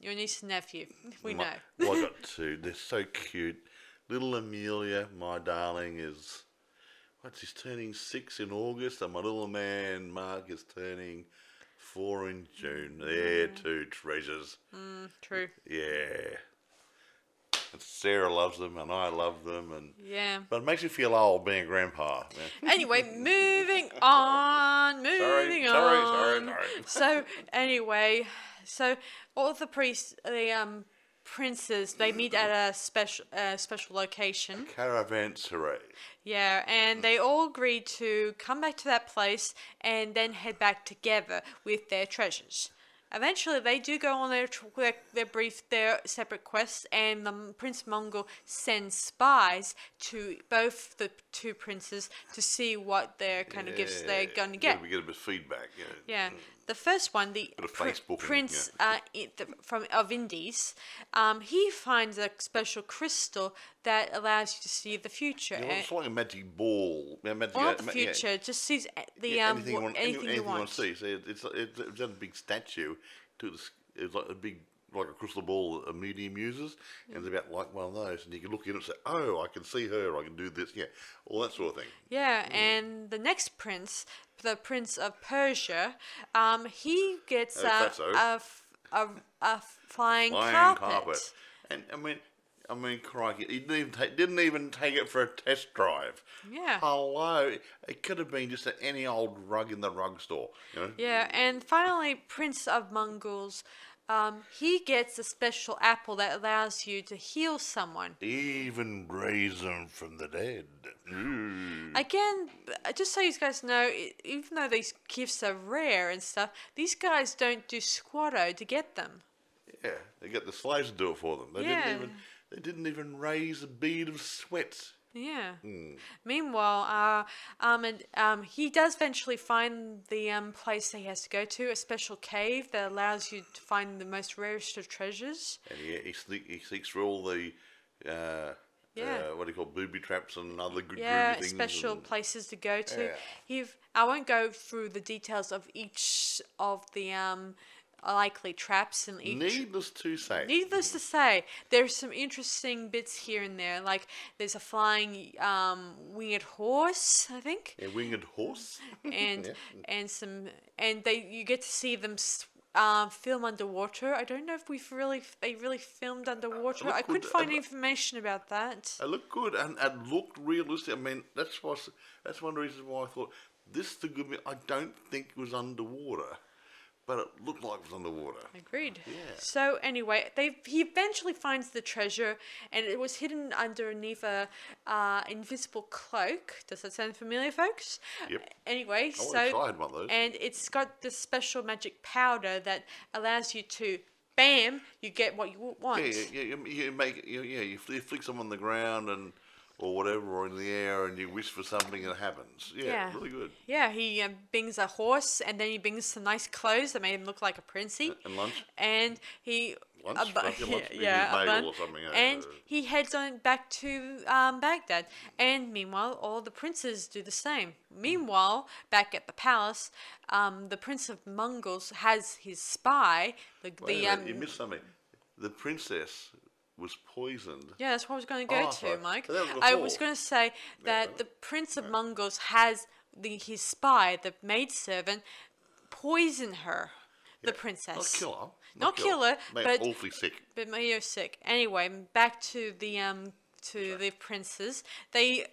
Speaker 1: your niece and nephew. We
Speaker 2: My-
Speaker 1: know.
Speaker 2: well, I got two. They're so cute. Little Amelia, my darling, is what's he's turning six in August, and my little man Mark is turning four in June. They're
Speaker 1: Mm.
Speaker 2: two treasures.
Speaker 1: True.
Speaker 2: Yeah. And Sarah loves them, and I love them, and
Speaker 1: Yeah.
Speaker 2: but it makes you feel old being a grandpa. Yeah.
Speaker 1: Anyway, moving on. Moving
Speaker 2: sorry,
Speaker 1: on.
Speaker 2: sorry, sorry.
Speaker 1: So anyway, so all the priests, the um, princes, they meet at a special, uh, special location.
Speaker 2: Caravanserai.
Speaker 1: Yeah, and they all agree to come back to that place and then head back together with their treasures. Eventually, they do go on their tr- their, their brief their separate quests, and the m- Prince Mongol sends spies to both the two princes to see what their kind of gifts they're
Speaker 2: Yeah.
Speaker 1: going to
Speaker 2: Yeah,
Speaker 1: get.
Speaker 2: We Hmm. get a bit of feedback. Yeah.
Speaker 1: Yeah, the first one, the
Speaker 2: Bit of
Speaker 1: pri-
Speaker 2: Facebook and-
Speaker 1: prince uh, i- the, from of Indies, um, he finds a special crystal that allows you to see the future.
Speaker 2: You know,
Speaker 1: and-
Speaker 2: it's like a magic ball. Yeah, magic,
Speaker 1: uh, well, not
Speaker 2: uh,
Speaker 1: the
Speaker 2: ma- yeah.
Speaker 1: future, just sees a- the
Speaker 2: Yeah,
Speaker 1: um,
Speaker 2: anything you
Speaker 1: wha-
Speaker 2: want, any-
Speaker 1: anything you want.
Speaker 2: to see. So it- it's it's, it's just a big statue. To this, it's like a big like a crystal ball that a medium uses, and
Speaker 1: Mm.
Speaker 2: it's about like one of those. And you can look in and say, "Oh, I can see her. I can do this. Yeah, all that sort of thing."
Speaker 1: Yeah,
Speaker 2: Mm.
Speaker 1: and the next prince, the prince of Persia, um, he gets
Speaker 2: Uh,
Speaker 1: uh,
Speaker 2: that's
Speaker 1: a,
Speaker 2: so.
Speaker 1: f- a, a flying,
Speaker 2: Flying
Speaker 1: carpet.
Speaker 2: carpet. And I mean, I mean, crikey, he didn't even take, didn't even take it for a test drive.
Speaker 1: Yeah.
Speaker 2: Hello, it could have been just at any old rug in the rug store. You know?
Speaker 1: Yeah, and finally, Prince of Mongols, um, he gets a special apple that allows you to heal someone.
Speaker 2: Even raise them from the dead. Mm.
Speaker 1: Again, b- just so you guys know, e- even though these gifts are rare and stuff, these guys don't do squatto to get them.
Speaker 2: Yeah, they got the slaves to do it for them. They
Speaker 1: Yeah.
Speaker 2: didn't even they didn't even raise a bead of sweat.
Speaker 1: Yeah.
Speaker 2: Mm.
Speaker 1: Meanwhile, uh, um, and, um, he does eventually find the um, place that he has to go to, a special cave that allows you to find the most rarest of treasures.
Speaker 2: And he he, sneak, he sneaks through all the uh,
Speaker 1: Yeah.
Speaker 2: uh, what do you call booby traps and other good
Speaker 1: yeah,
Speaker 2: groovy things.
Speaker 1: special
Speaker 2: and-
Speaker 1: places to go to.
Speaker 2: Yeah.
Speaker 1: He've, I won't go through the details of each of the um, likely traps and each.
Speaker 2: Needless to say,
Speaker 1: Needless to say, there's some interesting bits here and there. Like there's a flying um, winged horse, I think,
Speaker 2: a winged horse.
Speaker 1: and
Speaker 2: Yeah.
Speaker 1: and some and they you get to see them s- um, film underwater. I don't know if we've really they really filmed underwater.
Speaker 2: look,
Speaker 1: I
Speaker 2: would-
Speaker 1: couldn't find
Speaker 2: um,
Speaker 1: information about that.
Speaker 2: It looked good and and looked realistic. I mean, that's what's that's one reason why I thought this the good. I don't think it was underwater, but it looked like it was underwater.
Speaker 1: Agreed. So anyway, they he eventually finds the treasure, and it was hidden underneath a uh, invisible cloak. Does that sound familiar, folks?
Speaker 2: Yep.
Speaker 1: Anyway,
Speaker 2: I
Speaker 1: so
Speaker 2: wanna try and one of those.
Speaker 1: and it's got this special magic powder that allows you to, bam, you get what you want.
Speaker 2: Yeah, yeah, yeah, you, you make you, yeah, you, fl- you flick them on the ground and or whatever, or in the air, and you wish for something and it happens. Yeah,
Speaker 1: Yeah.
Speaker 2: really good.
Speaker 1: Yeah, he um, brings a horse, and then he brings some nice clothes that made him look like a princey.
Speaker 2: And lunch?
Speaker 1: And he
Speaker 2: Lunch?
Speaker 1: a bu-
Speaker 2: Like a lunch, maybe
Speaker 1: yeah,
Speaker 2: a
Speaker 1: a
Speaker 2: bagel
Speaker 1: bun.
Speaker 2: or something, eh? Uh, yeah,
Speaker 1: And
Speaker 2: yeah, yeah.
Speaker 1: he heads on back to um, Baghdad. And meanwhile, all the princes do the same. Meanwhile, back at the palace, um, the prince of Mongols has his spy. The,
Speaker 2: Wait a
Speaker 1: the
Speaker 2: minute, you
Speaker 1: um,
Speaker 2: missed something. The princess was poisoned.
Speaker 1: yeah, that's what I was going to go
Speaker 2: Oh,
Speaker 1: to,
Speaker 2: sorry.
Speaker 1: Mike.
Speaker 2: But that was
Speaker 1: I was
Speaker 2: before.
Speaker 1: going to say that the Prince of Mongols has the, his spy, the maidservant, poison her, the princess.
Speaker 2: Not killer. Not,
Speaker 1: Not killer,
Speaker 2: Made
Speaker 1: but-
Speaker 2: awfully sick.
Speaker 1: But Mayo's sick. Anyway, m- back to the um to the princes. They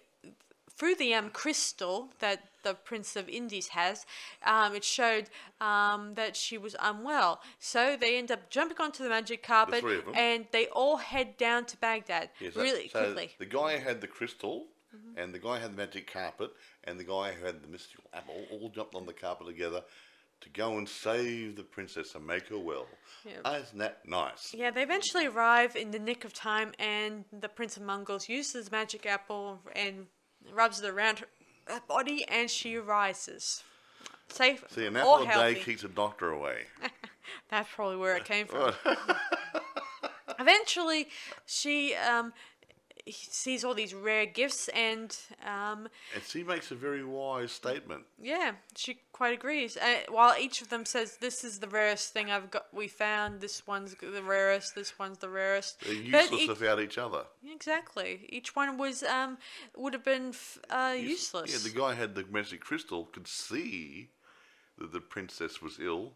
Speaker 1: through the um crystal that the Prince of Indies has, um, it showed um, that she was unwell. So they end up jumping onto the magic carpet,
Speaker 2: three of 'em.
Speaker 1: and they all head down to Baghdad
Speaker 2: Yeah, so-
Speaker 1: really
Speaker 2: so
Speaker 1: quickly. Mm-hmm.
Speaker 2: The guy who had the crystal, and the guy who had the magic carpet, and the guy who had the mystical apple all jumped on the carpet together to go and save the princess and make her well.
Speaker 1: Yeah.
Speaker 2: Isn't that nice?
Speaker 1: Yeah, they eventually arrive in the nick of time, and the Prince of Mongols uses his magic apple and rubs it around her her body, and she rises. Safe,
Speaker 2: See, an
Speaker 1: all
Speaker 2: apple a
Speaker 1: healthy.
Speaker 2: day keeps a doctor away.
Speaker 1: That's probably where it came from. Eventually, she um, he sees all these rare gifts, and um,
Speaker 2: and she makes a very wise statement.
Speaker 1: yeah, she quite agrees. Uh, while each of them says, "This is the rarest thing I've got. We found this one's g- the rarest. This one's the rarest."
Speaker 2: They're
Speaker 1: But
Speaker 2: useless
Speaker 1: each-
Speaker 2: without each other.
Speaker 1: exactly, each one was um, would have been f- uh, useless.
Speaker 2: Yeah, the guy had the magic crystal could see that the princess was ill,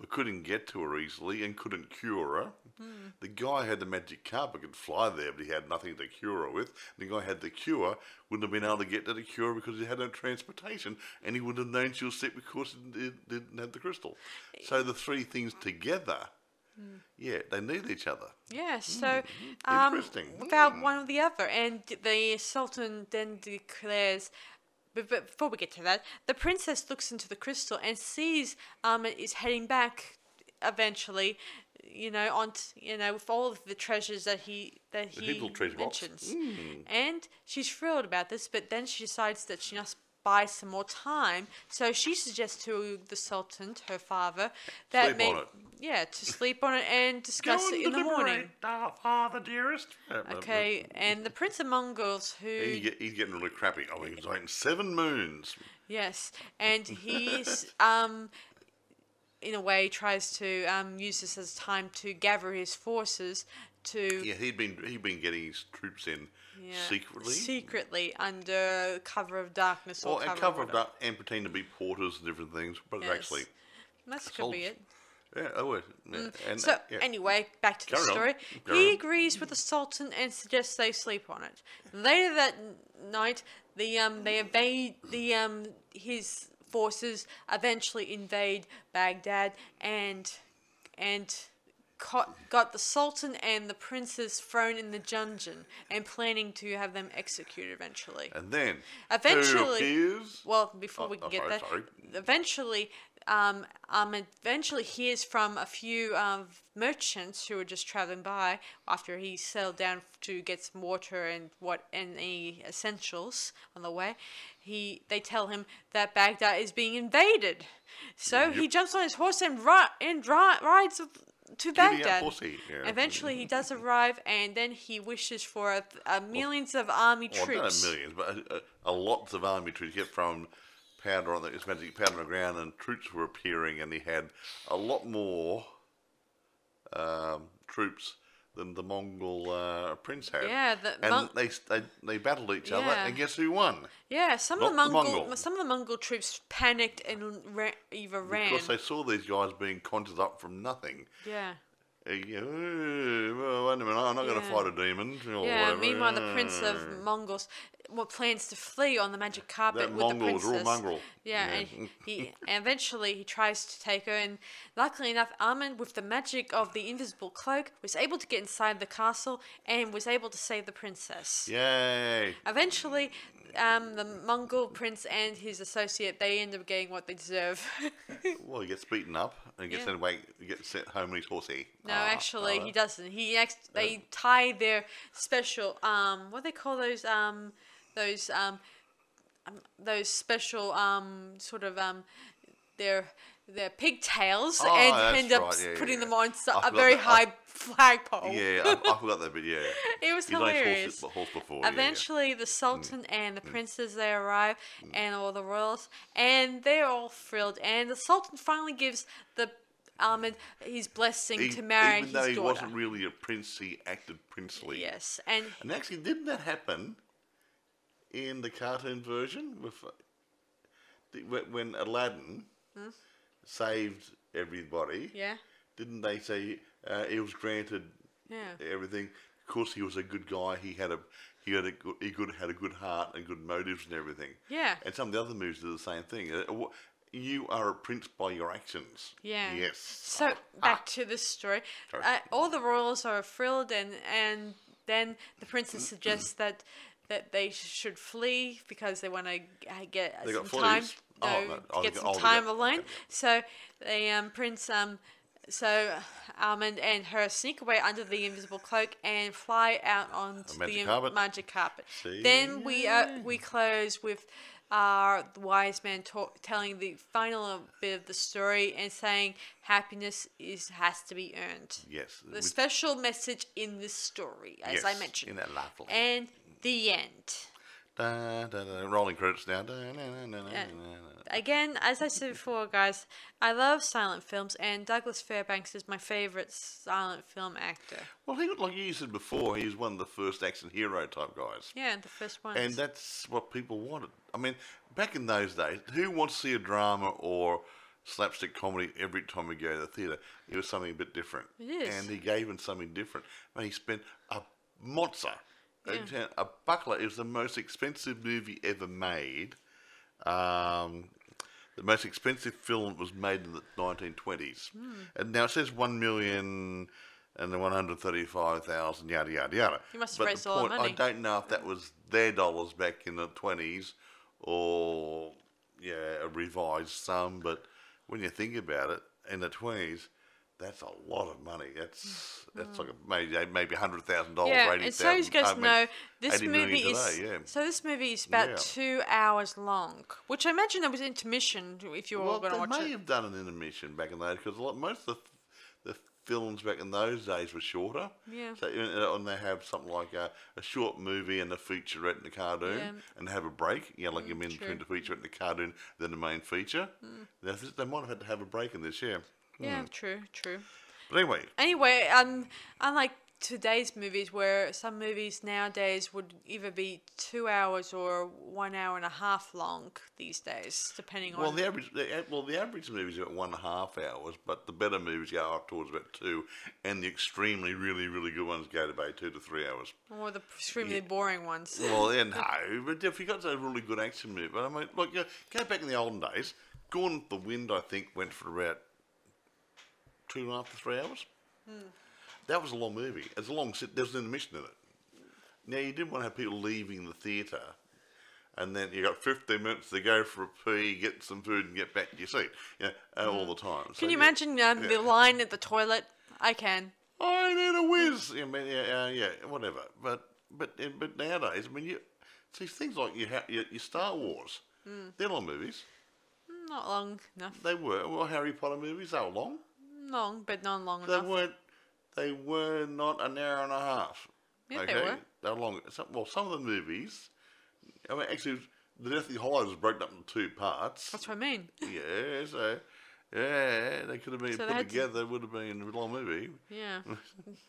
Speaker 2: but couldn't get to her easily and couldn't cure her.
Speaker 1: Hmm.
Speaker 2: The guy had the magic carpet could fly there, but he had nothing to cure her with. The guy had the cure, wouldn't have been able to get to the cure because he had no transportation, and he wouldn't have known she was sick because he didn't- didn't have the crystal. So the three things together,
Speaker 1: Hmm.
Speaker 2: yeah, they need each other.
Speaker 1: Yeah, so um,
Speaker 2: Hmm, Interesting. Hmm.
Speaker 1: without one or the other, and the sultan then declares. But but before we get to that, the princess looks into the crystal and sees um it is heading back, eventually, you know on t- you know with all of the treasures that he that he
Speaker 2: hidden treasure box. Hmm.
Speaker 1: mentions, and she's thrilled about this. But then she decides that she must buy some more time, so she suggests to the sultan, her father, that
Speaker 2: Sleep
Speaker 1: may-
Speaker 2: on it.
Speaker 1: yeah to sleep on it and discuss it in the morning.
Speaker 2: our uh, father, dearest.
Speaker 1: Okay, and the Prince of Mongols, who
Speaker 2: He get, he's getting really crappy. I mean, he's like seven moons.
Speaker 1: yes, and he's um, in a way tries to um use this as time to gather his forces to
Speaker 2: Yeah, he'd been he'd been getting his troops in
Speaker 1: yeah,
Speaker 2: secretly,
Speaker 1: secretly under cover of darkness or
Speaker 2: or and
Speaker 1: cover,
Speaker 2: covered
Speaker 1: whatever.
Speaker 2: up and pretending to be porters and different things, but
Speaker 1: Yes.
Speaker 2: actually
Speaker 1: That could be
Speaker 2: soldiers.
Speaker 1: it.
Speaker 2: Yeah, I would. Yeah, And,
Speaker 1: So,
Speaker 2: yeah.
Speaker 1: anyway, back to the
Speaker 2: Carry on.
Speaker 1: story.
Speaker 2: Carry
Speaker 1: He
Speaker 2: on.
Speaker 1: agrees with the Sultan and suggests they sleep on it. Later that n- night, the um, they invade the um, his forces eventually invade Baghdad and and caught, got the Sultan and the princes thrown in the dungeon and planning to have them executed eventually.
Speaker 2: and then
Speaker 1: Eventually-
Speaker 2: who appears?
Speaker 1: Well, before
Speaker 2: Oh,
Speaker 1: we can
Speaker 2: oh,
Speaker 1: get
Speaker 2: sorry,
Speaker 1: that,
Speaker 2: sorry.
Speaker 1: eventually, um, um, eventually hears from a few um, merchants who were just traveling by after he settled down to get some water and what any essentials on the way. He they tell him that Baghdad is being invaded, so he jumps on his horse and ri- and ri- rides to
Speaker 2: Giddy up,
Speaker 1: Baghdad.
Speaker 2: horsey, yeah.
Speaker 1: Eventually, he does arrive, and then he wishes for a, a millions of army
Speaker 2: Well, not
Speaker 1: troops.
Speaker 2: a millions, but a, a, a lots of army troops. You get from powder on the, it's meant to be powder on the ground, and troops were appearing, and he had a lot more um, troops than the Mongol uh, prince had.
Speaker 1: Yeah, the
Speaker 2: and
Speaker 1: Mon-
Speaker 2: they, s- they they battled each other,
Speaker 1: Yeah.
Speaker 2: and guess who won?
Speaker 1: Yeah, some of the
Speaker 2: Not the
Speaker 1: Mongol,
Speaker 2: Mongol.
Speaker 1: some of the Mongol troops panicked and ra- either ran.
Speaker 2: Because they saw these guys being conjured up from nothing.
Speaker 1: yeah.
Speaker 2: Uh, you know, "Ooh, well, wait a minute, I'm not going to
Speaker 1: Yeah.
Speaker 2: fight a demon or
Speaker 1: Yeah,
Speaker 2: whatever.
Speaker 1: meanwhile the prince
Speaker 2: Yeah.
Speaker 1: of Mongols well, plans to flee on the magic carpet
Speaker 2: That
Speaker 1: with
Speaker 2: Mongol
Speaker 1: the
Speaker 2: was
Speaker 1: princess.
Speaker 2: real mongrel.
Speaker 1: Yeah,
Speaker 2: Yeah.
Speaker 1: and he- he and eventually he tries to take her and luckily enough Armin with the magic of the invisible cloak was able to get inside the castle and was able to save the princess.
Speaker 2: Yay!
Speaker 1: Eventually um, the Mongol prince and his associate they end up getting what they deserve.
Speaker 2: Well, he gets beaten up and gets
Speaker 1: Yeah.
Speaker 2: sent away. He gets sent home and he's horsey.
Speaker 1: No,
Speaker 2: Ah,
Speaker 1: actually,
Speaker 2: ah.
Speaker 1: he doesn't. He ex- they tie their special um what do they call those um those um, um those special um sort of um their their pigtails
Speaker 2: Oh,
Speaker 1: and
Speaker 2: that's
Speaker 1: end up
Speaker 2: right,
Speaker 1: s-
Speaker 2: yeah, yeah,
Speaker 1: putting
Speaker 2: yeah.
Speaker 1: them on so-
Speaker 2: I
Speaker 1: a
Speaker 2: forgot
Speaker 1: very
Speaker 2: that- I-
Speaker 1: high flagpole.
Speaker 2: Yeah, I, I forgot that bit. Yeah,
Speaker 1: It was
Speaker 2: he's only
Speaker 1: hilarious.
Speaker 2: horse, but horse before. yeah, Mm. yeah.
Speaker 1: Eventually, the Sultan and the princes they arrive,
Speaker 2: Mm.
Speaker 1: and all the royals, and they're all thrilled. And the Sultan finally gives the Ahmed his blessing
Speaker 2: He-
Speaker 1: to marry
Speaker 2: E, even
Speaker 1: his
Speaker 2: though he
Speaker 1: daughter.
Speaker 2: wasn't really a prince, he acted princely.
Speaker 1: Yes, and
Speaker 2: And actually, didn't that happen in the cartoon version with uh, the- when- when Aladdin saved everybody?
Speaker 1: Hmm? yeah,
Speaker 2: Didn't they say uh, he was granted
Speaker 1: yeah,
Speaker 2: everything? Of course, he was a good guy. He had a he had a good, he good had a good heart and good motives and everything.
Speaker 1: yeah,
Speaker 2: And some of the other movies do the same thing. Uh, wh- You are a prince by your actions.
Speaker 1: yeah.
Speaker 2: Yes.
Speaker 1: So back to this story.
Speaker 2: Sorry.
Speaker 1: Uh, all the royals are thrilled, and and then the princess
Speaker 2: Mm-hmm.
Speaker 1: suggests that that they should flee because they want to get
Speaker 2: They
Speaker 1: some
Speaker 2: got
Speaker 1: time.
Speaker 2: fleas?
Speaker 1: No,
Speaker 2: Oh, no. Oh, they
Speaker 1: get
Speaker 2: got-
Speaker 1: some
Speaker 2: oh, they
Speaker 1: time
Speaker 2: got-
Speaker 1: alone.
Speaker 2: okay.
Speaker 1: So the um, prince um. So, Armand and her sneak away under the invisible cloak and fly out onto
Speaker 2: magic
Speaker 1: the im-
Speaker 2: carpet.
Speaker 1: magic carpet. Then we uh, we close with our wise man talk, telling the final bit of the story and saying happiness is has to be earned.
Speaker 2: Yes.
Speaker 1: The
Speaker 2: Which-
Speaker 1: special message in this story, as I
Speaker 2: yes, In
Speaker 1: mentioned,
Speaker 2: that lovely.
Speaker 1: and the end.
Speaker 2: Da, da, da, rolling credits now. Da, na, na, na, na,
Speaker 1: Yeah.
Speaker 2: na, na.
Speaker 1: Again, as I said before, guys, I love silent films, and Douglas Fairbanks is my favorite silent film actor.
Speaker 2: Well, he, like you said before, he was one of the first action hero type guys.
Speaker 1: Yeah, the first one.
Speaker 2: And that's what people wanted. I mean, back in those days, who wants to see a drama or slapstick comedy every time we go to the theatre? It was something a bit different.
Speaker 1: It is.
Speaker 2: And he gave them something different. And he spent a mozza. A, a buckler is the most expensive movie ever made. Um, the most expensive film was made in the 1920s.
Speaker 1: Hmm.
Speaker 2: And now it says 1 million and the 135,000, yada, yada, yada.
Speaker 1: You must have
Speaker 2: But the
Speaker 1: raised a lot of
Speaker 2: point-
Speaker 1: money.
Speaker 2: I don't know if that was their dollars back in the 20s or, yeah, a revised sum. But when you think about it, in the 20s, that's a lot of money. That's that's like a, maybe maybe hundred thousand dollars,
Speaker 1: Hmm. yeah,
Speaker 2: eighty
Speaker 1: and so you
Speaker 2: thousand.
Speaker 1: guys know this
Speaker 2: 80 million
Speaker 1: movie is
Speaker 2: today, yeah.
Speaker 1: so this movie is about
Speaker 2: Yeah.
Speaker 1: two hours long, which I imagine there was intermission if you were
Speaker 2: Well,
Speaker 1: all going to
Speaker 2: they
Speaker 1: watch
Speaker 2: may
Speaker 1: it.
Speaker 2: have done an intermission back in those because most of the, the films back in those days were shorter.
Speaker 1: Yeah.
Speaker 2: So you know, and they have something like a, a short movie and a featurette and a cartoon,
Speaker 1: Yeah. Mm,
Speaker 2: and have a break. You know, like you're in
Speaker 1: true. Mm.
Speaker 2: between the featurette and the cartoon, then the main feature. Now, this- They might have had to have a break in this, yeah.
Speaker 1: Yeah, true, true.
Speaker 2: But anyway,
Speaker 1: Anyway, um, unlike today's movies where some movies nowadays would either be two hours or one hour and a half long these days, depending
Speaker 2: Well,
Speaker 1: on.
Speaker 2: the average, the, a- well, the average movie's about one and a half hours, but the better movies go up towards about two, and the extremely, really, really good ones go to about two to three hours.
Speaker 1: or the extremely boring ones.
Speaker 2: Well, yeah, no, but if you got to a really good action movie, but I mean, look, you know, go back in the olden days, Gone with the Wind, I think, went for about two and a half to three hours.
Speaker 1: Hmm.
Speaker 2: That was a long movie. It's a long sit. There's an intermission in it. Now you didn't want to have people leaving the theatre, and then you got 15 minutes to go for a pee, get some food, and get back to your seat. You know, uh, all the time. So,
Speaker 1: Hmm. Can you
Speaker 2: yeah.
Speaker 1: imagine um, the line at the toilet? I can.
Speaker 2: I need a whiz. I mean, yeah, uh, yeah, whatever. But but uh, but nowadays, I mean, you see things like you ha- your, your Star Wars.
Speaker 1: Hmm.
Speaker 2: They're long movies.
Speaker 1: Not long enough.
Speaker 2: They were well Harry Potter movies. They were long.
Speaker 1: Long, but not long
Speaker 2: They
Speaker 1: enough.
Speaker 2: weren't. They were not an hour and a half.
Speaker 1: Yeah, they were.
Speaker 2: They were long. Some, well, some of the movies. I mean, actually, the Deathly Hollows was broken up into two parts.
Speaker 1: That's what I mean.
Speaker 2: yeah, so yeah, they could have been
Speaker 1: So they
Speaker 2: put
Speaker 1: had to-
Speaker 2: together. Would have been a long movie.
Speaker 1: Yeah.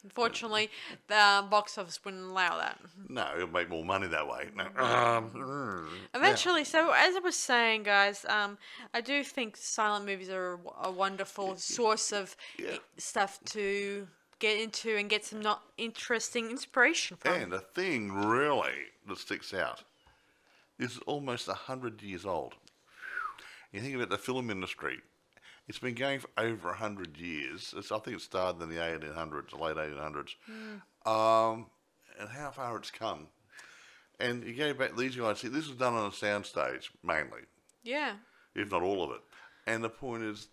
Speaker 1: Unfortunately, the box office wouldn't allow that.
Speaker 2: No, it'll make more money that way. No. Um,
Speaker 1: Eventually, so as I was saying, guys, um, I do think silent movies are a, w- a wonderful source of
Speaker 2: Yeah.
Speaker 1: i- stuff to get into and get some not interesting inspiration from.
Speaker 2: And a thing really that sticks out this is almost 100 years old. You think about the film industry, it's been going for over 100 years. It's, I think it started in the 1800s, the late 1800s. Um, and how far it's come. And you go back, these guys, see, this was done on a soundstage mainly,
Speaker 1: yeah,
Speaker 2: if not all of it. And the point is,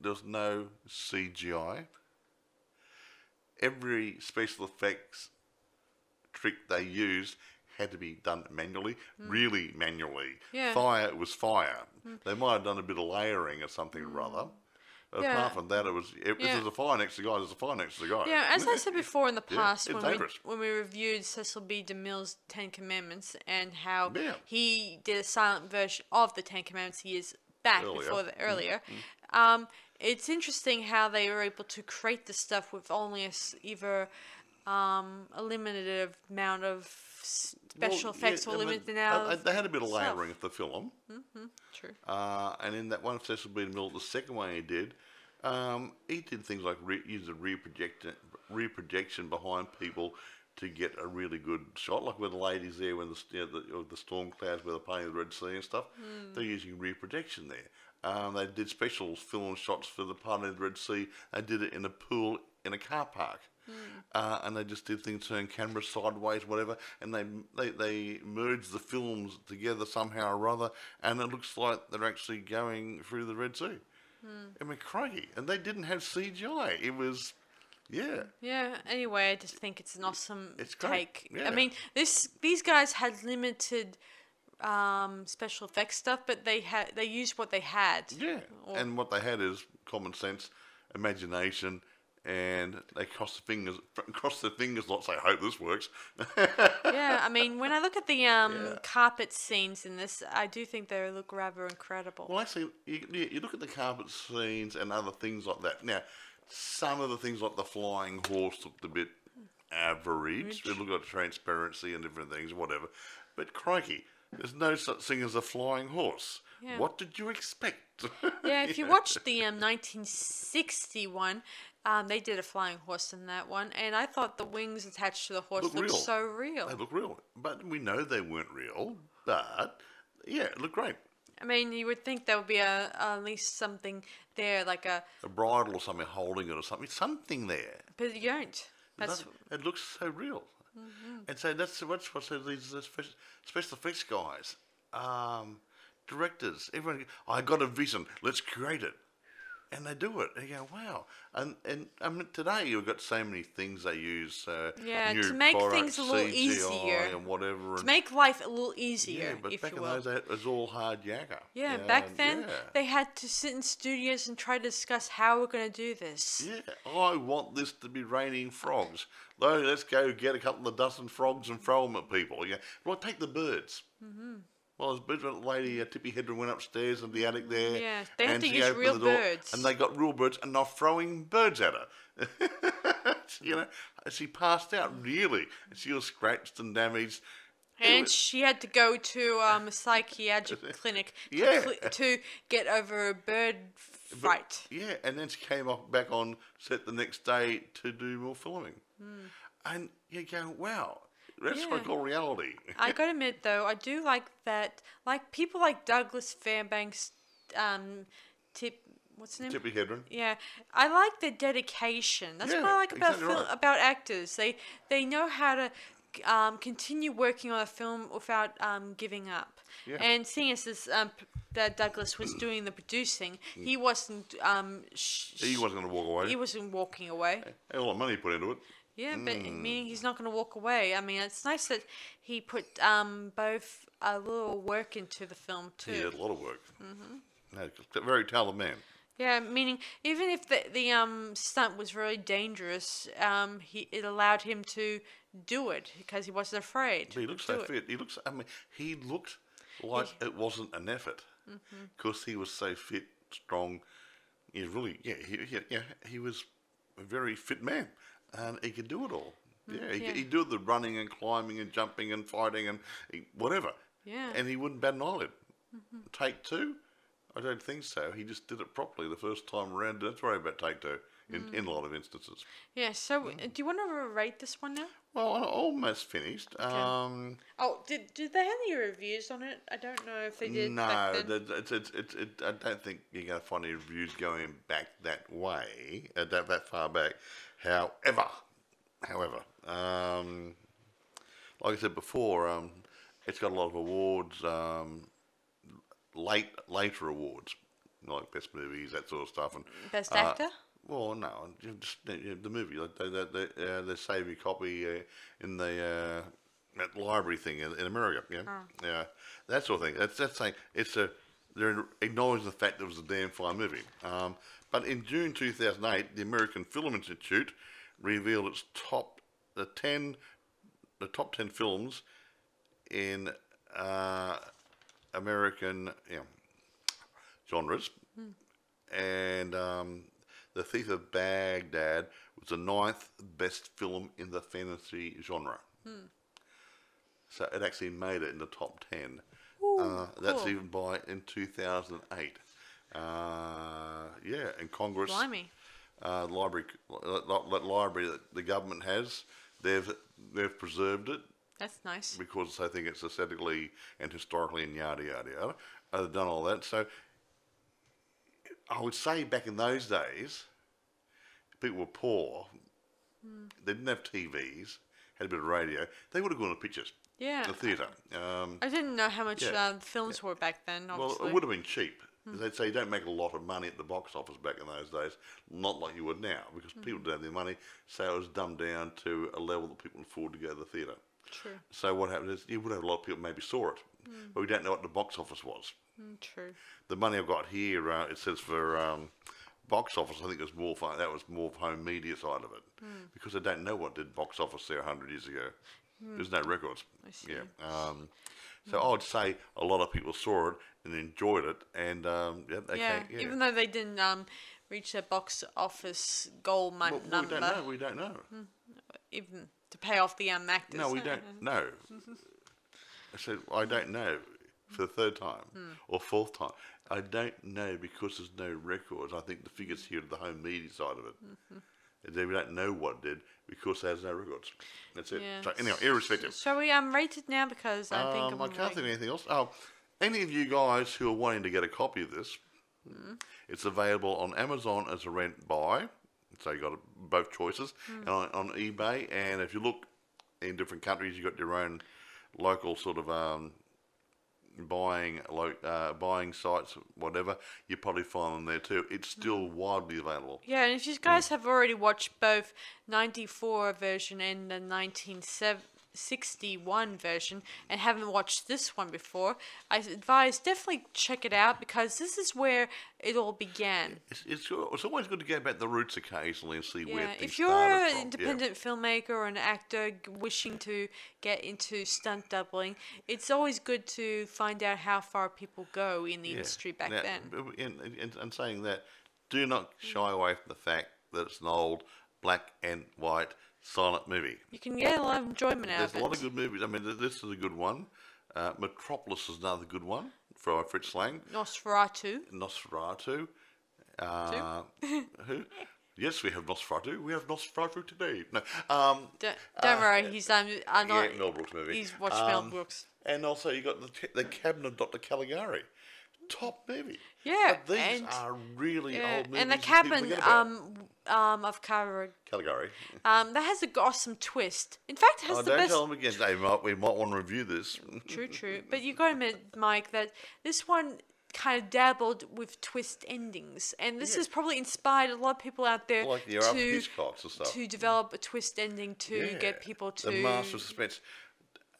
Speaker 2: there's no CGI. Every special effects trick they used had to be done manually, really manually.
Speaker 1: Hmm. Yeah. Hmm.
Speaker 2: Fire was fire. They might have done a bit of layering or something or other. But
Speaker 1: Yeah.
Speaker 2: Apart from that, it was if
Speaker 1: Yeah.
Speaker 2: there's a fire next to the guy, there's a fire next to the guy.
Speaker 1: yeah. As I said before in the
Speaker 2: Yeah,
Speaker 1: past,
Speaker 2: it's
Speaker 1: when we
Speaker 2: dangerous.
Speaker 1: when we reviewed Cecil B. DeMille's Ten Commandments and how
Speaker 2: Yeah.
Speaker 1: he did a silent version of the Ten Commandments years back
Speaker 2: Earlier. Mm-hmm.
Speaker 1: before the earlier. Um, it's interesting how they were able to create this stuff with only a s either um, a limited amount of s-
Speaker 2: Well,
Speaker 1: special
Speaker 2: yeah,
Speaker 1: effects
Speaker 2: I
Speaker 1: or
Speaker 2: mean,
Speaker 1: limited
Speaker 2: they-
Speaker 1: amount
Speaker 2: they-
Speaker 1: of
Speaker 2: They had a bit of
Speaker 1: stuff.
Speaker 2: layering at the film.
Speaker 1: True.
Speaker 2: Uh, and in that one Cecil B. DeMille, the second one he did, um, he did things like re- use a rear projection, rear projection behind people to get a really good shot, like when the lady's there, when the, s- you know, the, or the storm clouds where they're painting the Red Sea and stuff, they're using rear projection there. Um, they did special film shots for the part of the Red Sea. They did it in a pool in a car park. Uh, and they just did things, turn camera sideways, whatever, and they, they they merge the films together somehow or other, and it looks like they're actually going through the Red Sea. I mean, crikey! And they didn't have CGI. It was, yeah,
Speaker 1: Yeah. Anyway, I just think it's an awesome
Speaker 2: It's great,
Speaker 1: take.
Speaker 2: yeah.
Speaker 1: I mean, this these guys had limited um, special effects stuff, but they had they used what they had.
Speaker 2: yeah.
Speaker 1: Or-
Speaker 2: And what they had is common sense, imagination, and they cross the fingers, cross their fingers, lots. I hope this works.
Speaker 1: yeah. I mean, when I look at the um,
Speaker 2: Yeah.
Speaker 1: carpet scenes in this, I do think they look rather incredible.
Speaker 2: Well, actually, you, you you look at the carpet scenes and other things like that. Now, some of the things like the flying horse looked a bit average. It looked like transparency and different things, whatever. But crikey, there's no such thing as a flying horse.
Speaker 1: Yeah.
Speaker 2: What did you expect?
Speaker 1: yeah, if you watch the um, 1961, um, they did a flying horse in that one, and I thought the wings attached to the horse
Speaker 2: Look
Speaker 1: looked
Speaker 2: real.
Speaker 1: so real.
Speaker 2: they look real, but we know they weren't real. But yeah, it looked great.
Speaker 1: I mean, you would think there would be a, at least something there, like a
Speaker 2: A bridle or something holding it or something, something there.
Speaker 1: but you don't. That's Mm-hmm.
Speaker 2: Doesn't- it looks so real. And so that's what's what so these uh, spe- special effects guys, um, directors, everyone. I got a vision. Let's create it, and they do it. And you go, wow. And and I mean, today you've got so many things they use. Uh,
Speaker 1: Yeah,
Speaker 2: new
Speaker 1: to make things
Speaker 2: products,
Speaker 1: a little
Speaker 2: CGI
Speaker 1: easier.
Speaker 2: and whatever.
Speaker 1: to
Speaker 2: And,
Speaker 1: make life a little
Speaker 2: yeah,
Speaker 1: easier,
Speaker 2: but
Speaker 1: if
Speaker 2: back
Speaker 1: you
Speaker 2: in
Speaker 1: will.
Speaker 2: those days, it was all hard yakka.
Speaker 1: yeah,
Speaker 2: you know,
Speaker 1: back
Speaker 2: and
Speaker 1: then
Speaker 2: yeah.
Speaker 1: they had to sit in studios and try to discuss how we're going to do this.
Speaker 2: Yeah, I want this to be raining frogs. No, Let's go get a couple of dozen frogs and throw them at people. Yeah, well, take the birds. Mm-hmm. Well, this birds went lady, uh, Tippy Hedren went upstairs in the attic there.
Speaker 1: Yeah, they had
Speaker 2: and
Speaker 1: to
Speaker 2: she
Speaker 1: use
Speaker 2: opened
Speaker 1: real
Speaker 2: the door
Speaker 1: birds.
Speaker 2: And they got real birds, and they're throwing birds at her. that, you know. She passed out, really. And she was scratched and damaged.
Speaker 1: And she had to go to um, a psychiatric clinic to,
Speaker 2: Yeah.
Speaker 1: cl- to get over a bird fright.
Speaker 2: Yeah, and then she came up back on set the next day to do more filming. And you go, wow, that's what I
Speaker 1: Hmm. Yeah.
Speaker 2: call reality.
Speaker 1: I gotta admit though, I do like that. Like people like Douglas Fairbanks, um, Tip, what's his name?
Speaker 2: Tippi Hedren.
Speaker 1: Yeah, I like their dedication. That's what
Speaker 2: Yeah,
Speaker 1: I like about
Speaker 2: exactly
Speaker 1: fil-
Speaker 2: right.
Speaker 1: about actors. They they know how to um, continue working on a film without um, giving up.
Speaker 2: Yeah.
Speaker 1: And seeing as this um, p- that Douglas was doing the producing, he wasn't. Um, sh-
Speaker 2: Mm. He
Speaker 1: sh-
Speaker 2: wasn't going to walk away.
Speaker 1: He wasn't walking away.
Speaker 2: All the money he put into it.
Speaker 1: Yeah, but
Speaker 2: Mm.
Speaker 1: meaning he's not going to walk away. I mean, it's nice that he put um, both a little work into the film too.
Speaker 2: He did a lot of work.
Speaker 1: Mm-hmm.
Speaker 2: No, very talented man.
Speaker 1: Yeah, meaning even if the the um stunt was really dangerous, um, he it allowed him to do it because he wasn't afraid.
Speaker 2: But he looks
Speaker 1: to
Speaker 2: so
Speaker 1: do it.
Speaker 2: fit. He looks. I mean, he looked like it wasn't an effort
Speaker 1: Mm-hmm.
Speaker 2: because he was so fit, strong. He's really, yeah, he, he, yeah, he was a very fit man, and he could do it all. Yeah, he,
Speaker 1: Mm-hmm. yeah.
Speaker 2: could he do the running and climbing and jumping and fighting and he- whatever.
Speaker 1: Yeah. Mm-hmm.
Speaker 2: and he wouldn't bat an eyelid. Take two, I don't think so. He just did it properly the first time around. Don't worry about take two in,
Speaker 1: Mm.
Speaker 2: in a lot of instances.
Speaker 1: Yeah. So, uh,
Speaker 2: Mm.
Speaker 1: do you want to rate this one now?
Speaker 2: Well, I almost finished. Um,
Speaker 1: Oh, did did they have any reviews on it? I don't know if they did.
Speaker 2: No,
Speaker 1: back then.
Speaker 2: that- it's, it's, it's, it, I don't think you're going to find any reviews going back that way, uh, that, that far back. However, however, um, like I said before, um, it's got a lot of awards, um, late later awards, like best movies, that sort of stuff, and
Speaker 1: Best
Speaker 2: uh,
Speaker 1: actor.
Speaker 2: well, no, you just, you know, the movie, like, they, they, they, uh, they save your copy uh, in the uh, that library thing in, in America, yeah, yeah, that sort of thing. That's that's saying it's a they're acknowledging the fact that it was a damn fine movie. Um, but in June two thousand eight, the American Film Institute revealed its top the ten the top ten films in uh, American yeah, genres
Speaker 1: Hmm.
Speaker 2: and um, The Thief of Baghdad was the ninth best film in the fantasy genre.
Speaker 1: Hmm.
Speaker 2: So it actually made it in the top 10. uh, that's
Speaker 1: cool.
Speaker 2: even by in 2008. Uh, yeah, and Congress
Speaker 1: Blimey.
Speaker 2: uh, library, li- li- li- library that the government has, they've they've preserved it
Speaker 1: That's nice.
Speaker 2: because they think it's aesthetically and historically and yada yada yada. Uh, they've done all that. So I would say back in those days, people were poor. They didn't have TVs, had a bit of radio. They would have gone to pictures,
Speaker 1: Yeah.
Speaker 2: the theatre. Um,
Speaker 1: I didn't know how much
Speaker 2: Yeah.
Speaker 1: uh, films were back then.
Speaker 2: well,
Speaker 1: Obviously. Hmm.
Speaker 2: it would have been cheap. They'd say you don't make a lot of money at the box office back in those days, not like you would now, because people
Speaker 1: Hmm.
Speaker 2: don't have their money. So it was dumbed down to a level that people can afford to go to the theatre.
Speaker 1: True.
Speaker 2: So what happened is you would have a lot of people maybe saw it,
Speaker 1: Hmm.
Speaker 2: but we don't know what the box office was.
Speaker 1: Mm, true.
Speaker 2: The money I've got here, uh, it says for um, box office, I think it was more for, that was more for home media side of it
Speaker 1: Hmm.
Speaker 2: because I don't know what did box office there 100 years ago. There's no records.
Speaker 1: Hmm. I see. Hmm.
Speaker 2: Yeah. Um, so I would say a lot of people saw it and enjoyed it, and um, yeah, they
Speaker 1: yeah,
Speaker 2: can't- yeah.
Speaker 1: Even though they didn't um, reach their box office goal mon-
Speaker 2: Well, we
Speaker 1: number.
Speaker 2: don't know. We don't know.
Speaker 1: even to pay off the um, actors.
Speaker 2: No, we don't know. I said, I don't know for the third time or fourth time. I don't know because there's no records. I think the figures here are the home media side of it. And then we don't know what did because there's no records. That's it.
Speaker 1: Yeah.
Speaker 2: So, anyhow, irrespective.
Speaker 1: Shall we um rate it now because I think
Speaker 2: Um, I
Speaker 1: I'm
Speaker 2: can't think of
Speaker 1: like-
Speaker 2: anything else. Oh, any of you guys who are wanting to get a copy of this,
Speaker 1: Mm-hmm.
Speaker 2: it's available on Amazon as a rent buy. So you got both choices,
Speaker 1: Hmm.
Speaker 2: and on, on eBay. And if you look in different countries, you got your own local sort of um, buying lo- uh, buying sites, whatever. You probably find them there too. It's still
Speaker 1: Hmm.
Speaker 2: widely available.
Speaker 1: yeah, and if you guys have already watched both 94 version and the 1961 version and haven't watched this one before, I advise definitely check it out because this is where it all began.
Speaker 2: It's, it's, it's always good to go back the roots occasionally and see where
Speaker 1: Yeah,
Speaker 2: things
Speaker 1: if you're
Speaker 2: started from.
Speaker 1: an
Speaker 2: Yeah.
Speaker 1: independent filmmaker or an actor g- wishing to get into stunt doubling, it's always good to find out how far people go in the
Speaker 2: Yeah.
Speaker 1: industry back
Speaker 2: Now,
Speaker 1: then. Mm.
Speaker 2: b- b- In, in, in saying that, do not shy away from the fact that it's an old black and white silent movie.
Speaker 1: You can get a lot of enjoyment out
Speaker 2: There's
Speaker 1: of
Speaker 2: a
Speaker 1: it.
Speaker 2: lot of good movies. I mean, th- this is a good one. Uh, Metropolis is another good one from Fritz Lang.
Speaker 1: Nosferatu.
Speaker 2: Nosferatu. Uh, who? Yes, we have Nosferatu. We have Nosferatu today. No, um,
Speaker 1: Don't, don't worry, he's um, I'm
Speaker 2: yeah,
Speaker 1: not.
Speaker 2: Mel Brooks movie.
Speaker 1: He's watched Mel
Speaker 2: um,
Speaker 1: Brooks.
Speaker 2: And also, you got the t- the Cabinet of Dr. Caligari. Top movie.
Speaker 1: Yeah,
Speaker 2: But these
Speaker 1: and-
Speaker 2: are really
Speaker 1: Yeah,
Speaker 2: old movies.
Speaker 1: and the
Speaker 2: that people
Speaker 1: cabin
Speaker 2: forget about.
Speaker 1: um um of Cabaret
Speaker 2: Caligari.
Speaker 1: um that has an awesome twist. In fact, it has
Speaker 2: Oh,
Speaker 1: the
Speaker 2: don't
Speaker 1: best.
Speaker 2: tell them again, Dave. We might- We might want to review this.
Speaker 1: True, true. But you got to admit, Mike, that this one kind of dabbled with twist endings, and this has probably inspired a lot of people out there
Speaker 2: Like the Alfred
Speaker 1: to
Speaker 2: Hitchcocks and stuff.
Speaker 1: to develop a twist ending to
Speaker 2: Yeah,
Speaker 1: get people to
Speaker 2: the master of suspense,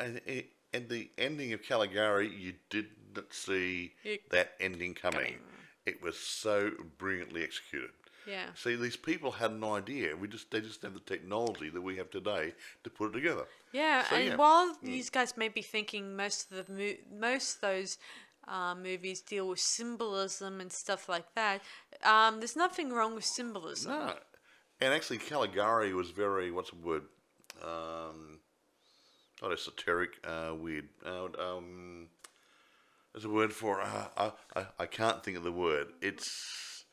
Speaker 2: and i- and the ending of Caligari, you did not see
Speaker 1: You-
Speaker 2: that ending coming.
Speaker 1: coming.
Speaker 2: It was so brilliantly executed.
Speaker 1: Yeah.
Speaker 2: See, these people had an idea. We just they just have the technology that we have today to put it together.
Speaker 1: Yeah,
Speaker 2: So,
Speaker 1: and
Speaker 2: yeah. Mm.
Speaker 1: while these guys may be thinking most of the mo- most of those uh, movies deal with symbolism and stuff like that, um, there's nothing wrong with symbolism.
Speaker 2: No, and actually Caligari was very what's the word? Um, not esoteric, uh, weird. Uh, um, there's a word for uh, I, I I can't think of the word. It's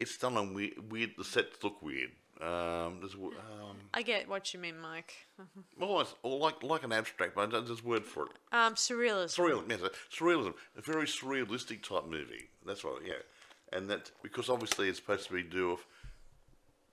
Speaker 2: it's done on weird. weird the sets look weird. Um, there's a wo- um,
Speaker 1: I get what you mean, Mike.
Speaker 2: almost or like like an abstract, but I don't- there's a word for it.
Speaker 1: Um, surrealism.
Speaker 2: Surrealism, yes, uh, surrealism, a very surrealistic type movie. That's right, yeah, and that because obviously it's supposed to be do with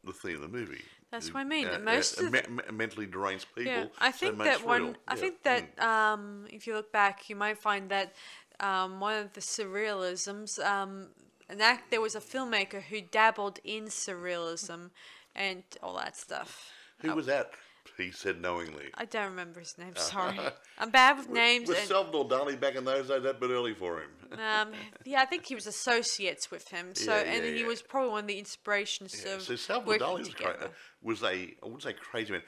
Speaker 2: the theme of the movie.
Speaker 1: That's
Speaker 2: The-
Speaker 1: what I mean,
Speaker 2: uh,
Speaker 1: but most
Speaker 2: uh,
Speaker 1: of
Speaker 2: me- me- mentally deranged people.
Speaker 1: Yeah, I
Speaker 2: so
Speaker 1: think
Speaker 2: it makes
Speaker 1: that one.
Speaker 2: real,
Speaker 1: I
Speaker 2: yeah. mm.
Speaker 1: think that um, if you look back, you might find that um, one of the surrealisms. Um, an act, there was a filmmaker who dabbled in surrealism, and all that stuff.
Speaker 2: who was that? He said knowingly.
Speaker 1: I don't remember his
Speaker 2: Uh-huh.
Speaker 1: name. Sorry, I'm bad with names.
Speaker 2: Was
Speaker 1: and,
Speaker 2: Salvador Dali back in those days that bit early for him?
Speaker 1: um, yeah, I think he was associates with him. So,
Speaker 2: Yeah,
Speaker 1: and
Speaker 2: yeah,
Speaker 1: he
Speaker 2: yeah.
Speaker 1: was probably one of the inspirations
Speaker 2: Yeah,
Speaker 1: of
Speaker 2: so Salvador
Speaker 1: working
Speaker 2: Dali was, cra-
Speaker 1: together.
Speaker 2: was a I wouldn't say crazy man.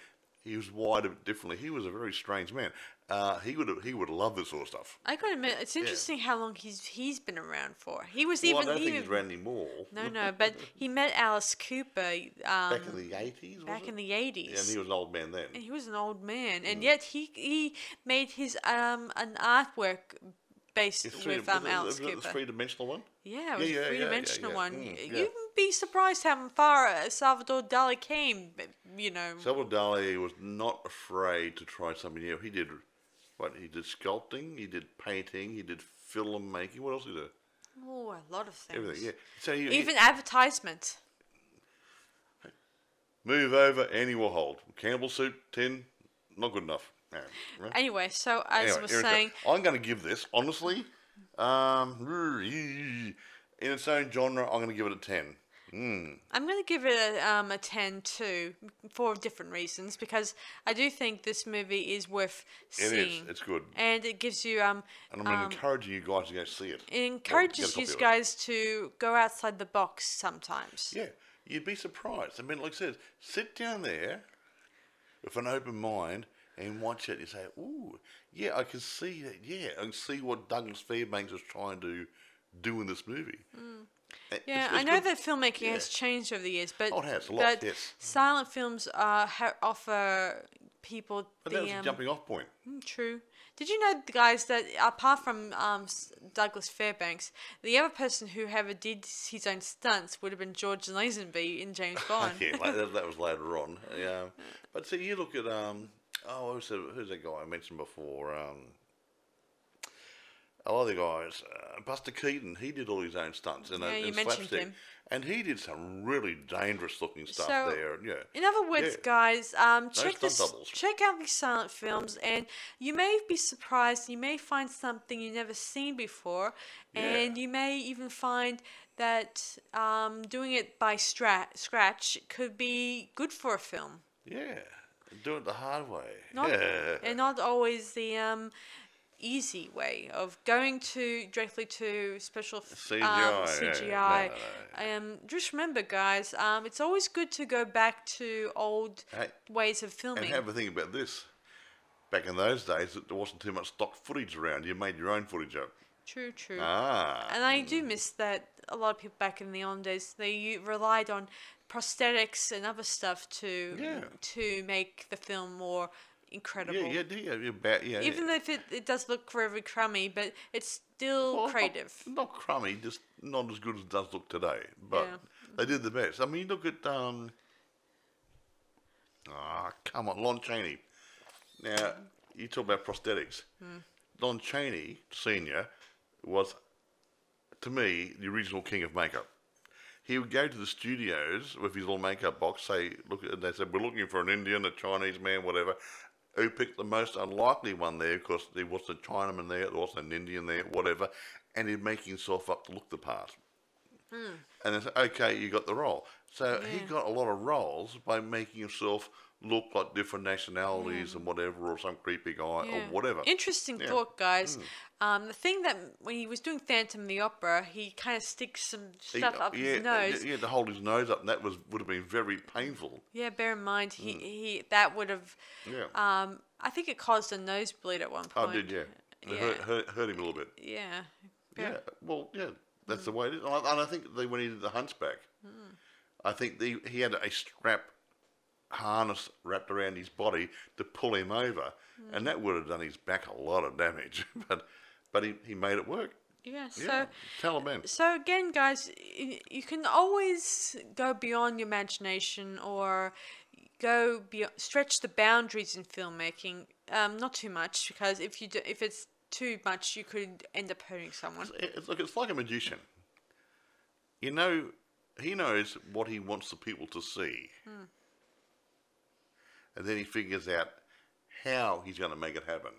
Speaker 2: He was wired a bit differently. He was a very strange man. Uh, he would he would love this sort of stuff.
Speaker 1: I gotta admit, it's interesting how long he's he's been around for. He was
Speaker 2: Well,
Speaker 1: even
Speaker 2: I don't
Speaker 1: even
Speaker 2: think he's around anymore.
Speaker 1: no, no, but he met Alice Cooper um,
Speaker 2: back in the eighties.
Speaker 1: back in the
Speaker 2: yeah, and
Speaker 1: eighties.
Speaker 2: he was Mm. an old man then.
Speaker 1: and he was an old man, and yet he he made his um an artwork based
Speaker 2: It's three-
Speaker 1: with um
Speaker 2: was it-
Speaker 1: Alice
Speaker 2: was it the
Speaker 1: Cooper.
Speaker 2: three-dimensional one.
Speaker 1: Yeah, it was
Speaker 2: Yeah, yeah, yeah,
Speaker 1: a
Speaker 2: yeah,
Speaker 1: three-dimensional
Speaker 2: yeah.
Speaker 1: one.
Speaker 2: Mm,
Speaker 1: Y-
Speaker 2: yeah.
Speaker 1: You'd be surprised how far uh, Salvador Dali came. but, You know,
Speaker 2: Salvador Dali was not afraid to try something new. He did, what he did sculpting, he did painting, he did filmmaking. What else did he do?
Speaker 1: oh, a lot of things.
Speaker 2: Everything. Yeah. So he, he-
Speaker 1: Even advertisement.
Speaker 2: move over, Annie Warhol, Campbell suit, tin, not good enough. No, right?
Speaker 1: Anyway, so as I
Speaker 2: Anyway,
Speaker 1: was
Speaker 2: here it goes.
Speaker 1: saying,
Speaker 2: I'm going to give this honestly. Um, in its own genre, I'm going to give it a ten.
Speaker 1: I'm going to give it a, um, a 10 too, for different reasons, because I do think this movie is worth
Speaker 2: It is.
Speaker 1: seeing.
Speaker 2: It's good.
Speaker 1: And it gives you, um,
Speaker 2: And I'm
Speaker 1: um,
Speaker 2: encouraging you guys to go see it.
Speaker 1: it
Speaker 2: Well,
Speaker 1: encourages
Speaker 2: get a
Speaker 1: you
Speaker 2: copy of it.
Speaker 1: guys to go outside the box sometimes.
Speaker 2: Yeah, you'd be surprised. I mean, like I said, sit down there with an open mind and watch it. You say, "Ooh, yeah, I can see that. Yeah, I can see what Douglas Fairbanks is trying to do in this movie." It-
Speaker 1: Mm. Yeah,
Speaker 2: it's-
Speaker 1: I
Speaker 2: it's
Speaker 1: know
Speaker 2: good.
Speaker 1: that filmmaking
Speaker 2: yeah.
Speaker 1: has changed over the years, but
Speaker 2: Oh, it has, a lot,
Speaker 1: but
Speaker 2: yes.
Speaker 1: silent films uh, ha- offer people
Speaker 2: But that was
Speaker 1: the
Speaker 2: a
Speaker 1: um,
Speaker 2: jumping off point.
Speaker 1: mm, true. Did you know, guys, that apart from um, S- Douglas Fairbanks, the other person who ever did his own stunts would have been George Lazenby in James Bond.
Speaker 2: Oh, yeah, like that, that was later on. Yeah, but see, you look at um, oh, who's the, who's that guy I mentioned before? Um, a lot of the guys, uh, Buster Keaton, he did all his own stunts and, uh,
Speaker 1: Yeah, you
Speaker 2: and
Speaker 1: mentioned
Speaker 2: slapstick,
Speaker 1: him.
Speaker 2: and he did some really dangerous looking stuff
Speaker 1: So,
Speaker 2: there. And, yeah,
Speaker 1: In other words,
Speaker 2: Yeah.
Speaker 1: guys, um, check
Speaker 2: stunt
Speaker 1: this,
Speaker 2: doubles.
Speaker 1: check out these silent films, and you may be surprised. You may find something you've never seen before, and
Speaker 2: Yeah.
Speaker 1: you may even find that um, doing it by stra- scratch could be good for a film.
Speaker 2: yeah, do it the hard way.
Speaker 1: Not
Speaker 2: yeah.
Speaker 1: and not always the um, easy way of going to directly to special f-
Speaker 2: CGI, yeah,
Speaker 1: Um, CGI.
Speaker 2: no,
Speaker 1: Um, just remember, guys, um, it's always good to go back to old
Speaker 2: Hey,
Speaker 1: ways of
Speaker 2: and
Speaker 1: filming.
Speaker 2: have a think about this. Back in those days, there wasn't too much stock footage around. You made your own footage up.
Speaker 1: True, true.
Speaker 2: Ah.
Speaker 1: And I do miss that a lot of people back in the olden days they u- relied on prosthetics and other stuff to
Speaker 2: Yeah.
Speaker 1: to make the film more incredible.
Speaker 2: yeah, yeah, yeah, yeah, ba- yeah, yeah.
Speaker 1: Even if it, it does look very crummy, but it's still
Speaker 2: Well, not-
Speaker 1: creative.
Speaker 2: Not, crummy, just not as good as it does look today. But
Speaker 1: Yeah.
Speaker 2: they did the best. I mean, you look at um, ah, come on, Lon Chaney. Now you talk about prosthetics.
Speaker 1: Hmm.
Speaker 2: Lon Chaney Senior was, to me, the original king of makeup. He would go to the studios with his little makeup box. Say, look, and they said, "We're looking for an Indian, a Chinese man, whatever." Who picked the most unlikely one there? Because there wasn't a Chinaman there, there wasn't an Indian there, whatever. And he'd make himself up to look the part. And they said, "Okay, you got the role." So
Speaker 1: Hmm.
Speaker 2: he
Speaker 1: Yeah.
Speaker 2: got a lot of roles by making himself look like different nationalities and whatever, or some creepy guy or
Speaker 1: Yeah.
Speaker 2: whatever.
Speaker 1: Interesting
Speaker 2: Yeah. Mm.
Speaker 1: thought, guys. Um, the thing that when he was doing Phantom of the Opera, he kind of sticks some
Speaker 2: He- uh,
Speaker 1: stuff up
Speaker 2: yeah,
Speaker 1: his nose.
Speaker 2: Yeah, to hold his nose up, and that was would have been very painful.
Speaker 1: Yeah, bear in mind he,
Speaker 2: Mm.
Speaker 1: he that would have.
Speaker 2: Yeah.
Speaker 1: Um, I think it caused a nosebleed at one point.
Speaker 2: I Oh, did, yeah. It
Speaker 1: Yeah.
Speaker 2: Hurt, hurt, hurt him a little bit.
Speaker 1: Yeah. Mm.
Speaker 2: Yeah.
Speaker 1: Bear-
Speaker 2: Well, yeah, that's the way it is. And I, and I think they, when he did the Hunchback,
Speaker 1: Mm.
Speaker 2: I think the, he had a strap harness wrapped around his body to pull him over,
Speaker 1: Mm.
Speaker 2: and that would have done his back a lot of damage. but but he, he made it work.
Speaker 1: Yeah. So.
Speaker 2: Yeah. Taliban.
Speaker 1: So again, guys, y- you can always go beyond your imagination or go be- stretch the boundaries in filmmaking. Um, not too much because if you do, if it's too much, you could end up hurting someone.
Speaker 2: It's, it's, look, it's like a magician. You know, he knows what he wants the people to see. And then he figures out how he's going to make it happen.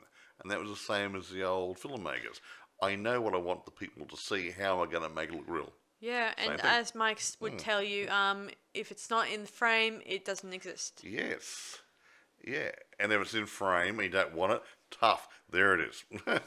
Speaker 2: And that was the same as the old filmmakers. I know what I want the people to see. How am I going to make it look real?
Speaker 1: Yeah, and
Speaker 2: thing. Mm.
Speaker 1: as Mike s- would tell you, um, if it's not in the frame, it doesn't exist.
Speaker 2: Yes. Yeah. And if it's in frame and you don't want it, tough. There it is.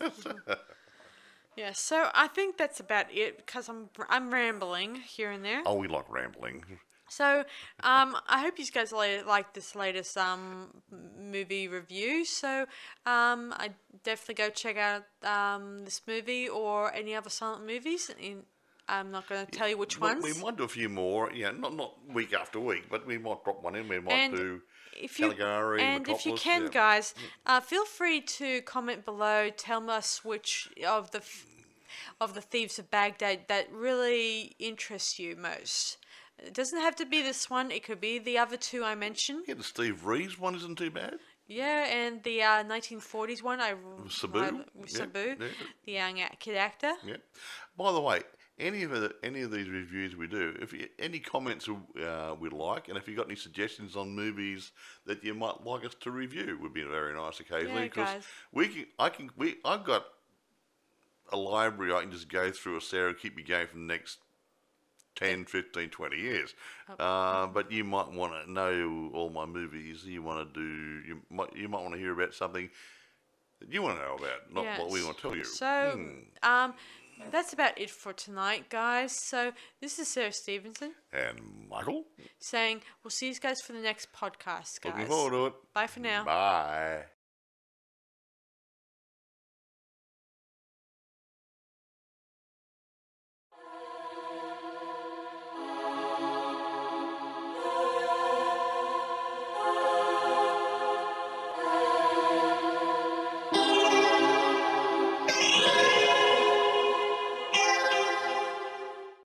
Speaker 1: Yeah. So I think that's about it because I'm I'm rambling here and there.
Speaker 2: oh, we like rambling.
Speaker 1: So, um, I hope you guys li- like this latest um m- movie review. So, um, I definitely go check out um this movie or any other silent movies. In I'm not going to tell you which
Speaker 2: We-
Speaker 1: ones.
Speaker 2: We might do a few more. Yeah, not not week after week, but we might drop one in. We might
Speaker 1: And
Speaker 2: do.
Speaker 1: if you
Speaker 2: Caligari,
Speaker 1: and if you
Speaker 2: Metropolis,
Speaker 1: can,
Speaker 2: yeah. Mm.
Speaker 1: guys, uh, feel free to comment below. Tell us which of the f- of the thieves of Baghdad that really interests you most. It doesn't have to be this one. It could be the other two I mentioned.
Speaker 2: Yeah, the Steve Reeves one isn't too bad.
Speaker 1: Yeah, and the uh, 1940s one, I
Speaker 2: Sabu,
Speaker 1: I-
Speaker 2: yeah,
Speaker 1: Sabu,
Speaker 2: yeah.
Speaker 1: the young ac- kid actor.
Speaker 2: Yeah. By the way, any of the, any of these reviews we do, if you, any comments uh, we like, and if you got any suggestions on movies that you might like us to review, would be very nice occasionally
Speaker 1: Yeah,
Speaker 2: because
Speaker 1: guys.
Speaker 2: we can. I can. We. I've got a library I can just go through, or Sarah keep me going for the next 10, 15, 20 years. Uh, but you might want to know all my movies. You want to do. You might. You might want to hear about something that you want to know about, not what we
Speaker 1: Yes.
Speaker 2: want to Hmm. tell you.
Speaker 1: So, um, that's about it for tonight, guys. So this is Sarah Stevenson
Speaker 2: And Michael,
Speaker 1: saying we'll see you guys for the next podcast,
Speaker 2: looking
Speaker 1: guys.
Speaker 2: forward to it.
Speaker 1: Bye for now.
Speaker 2: Bye.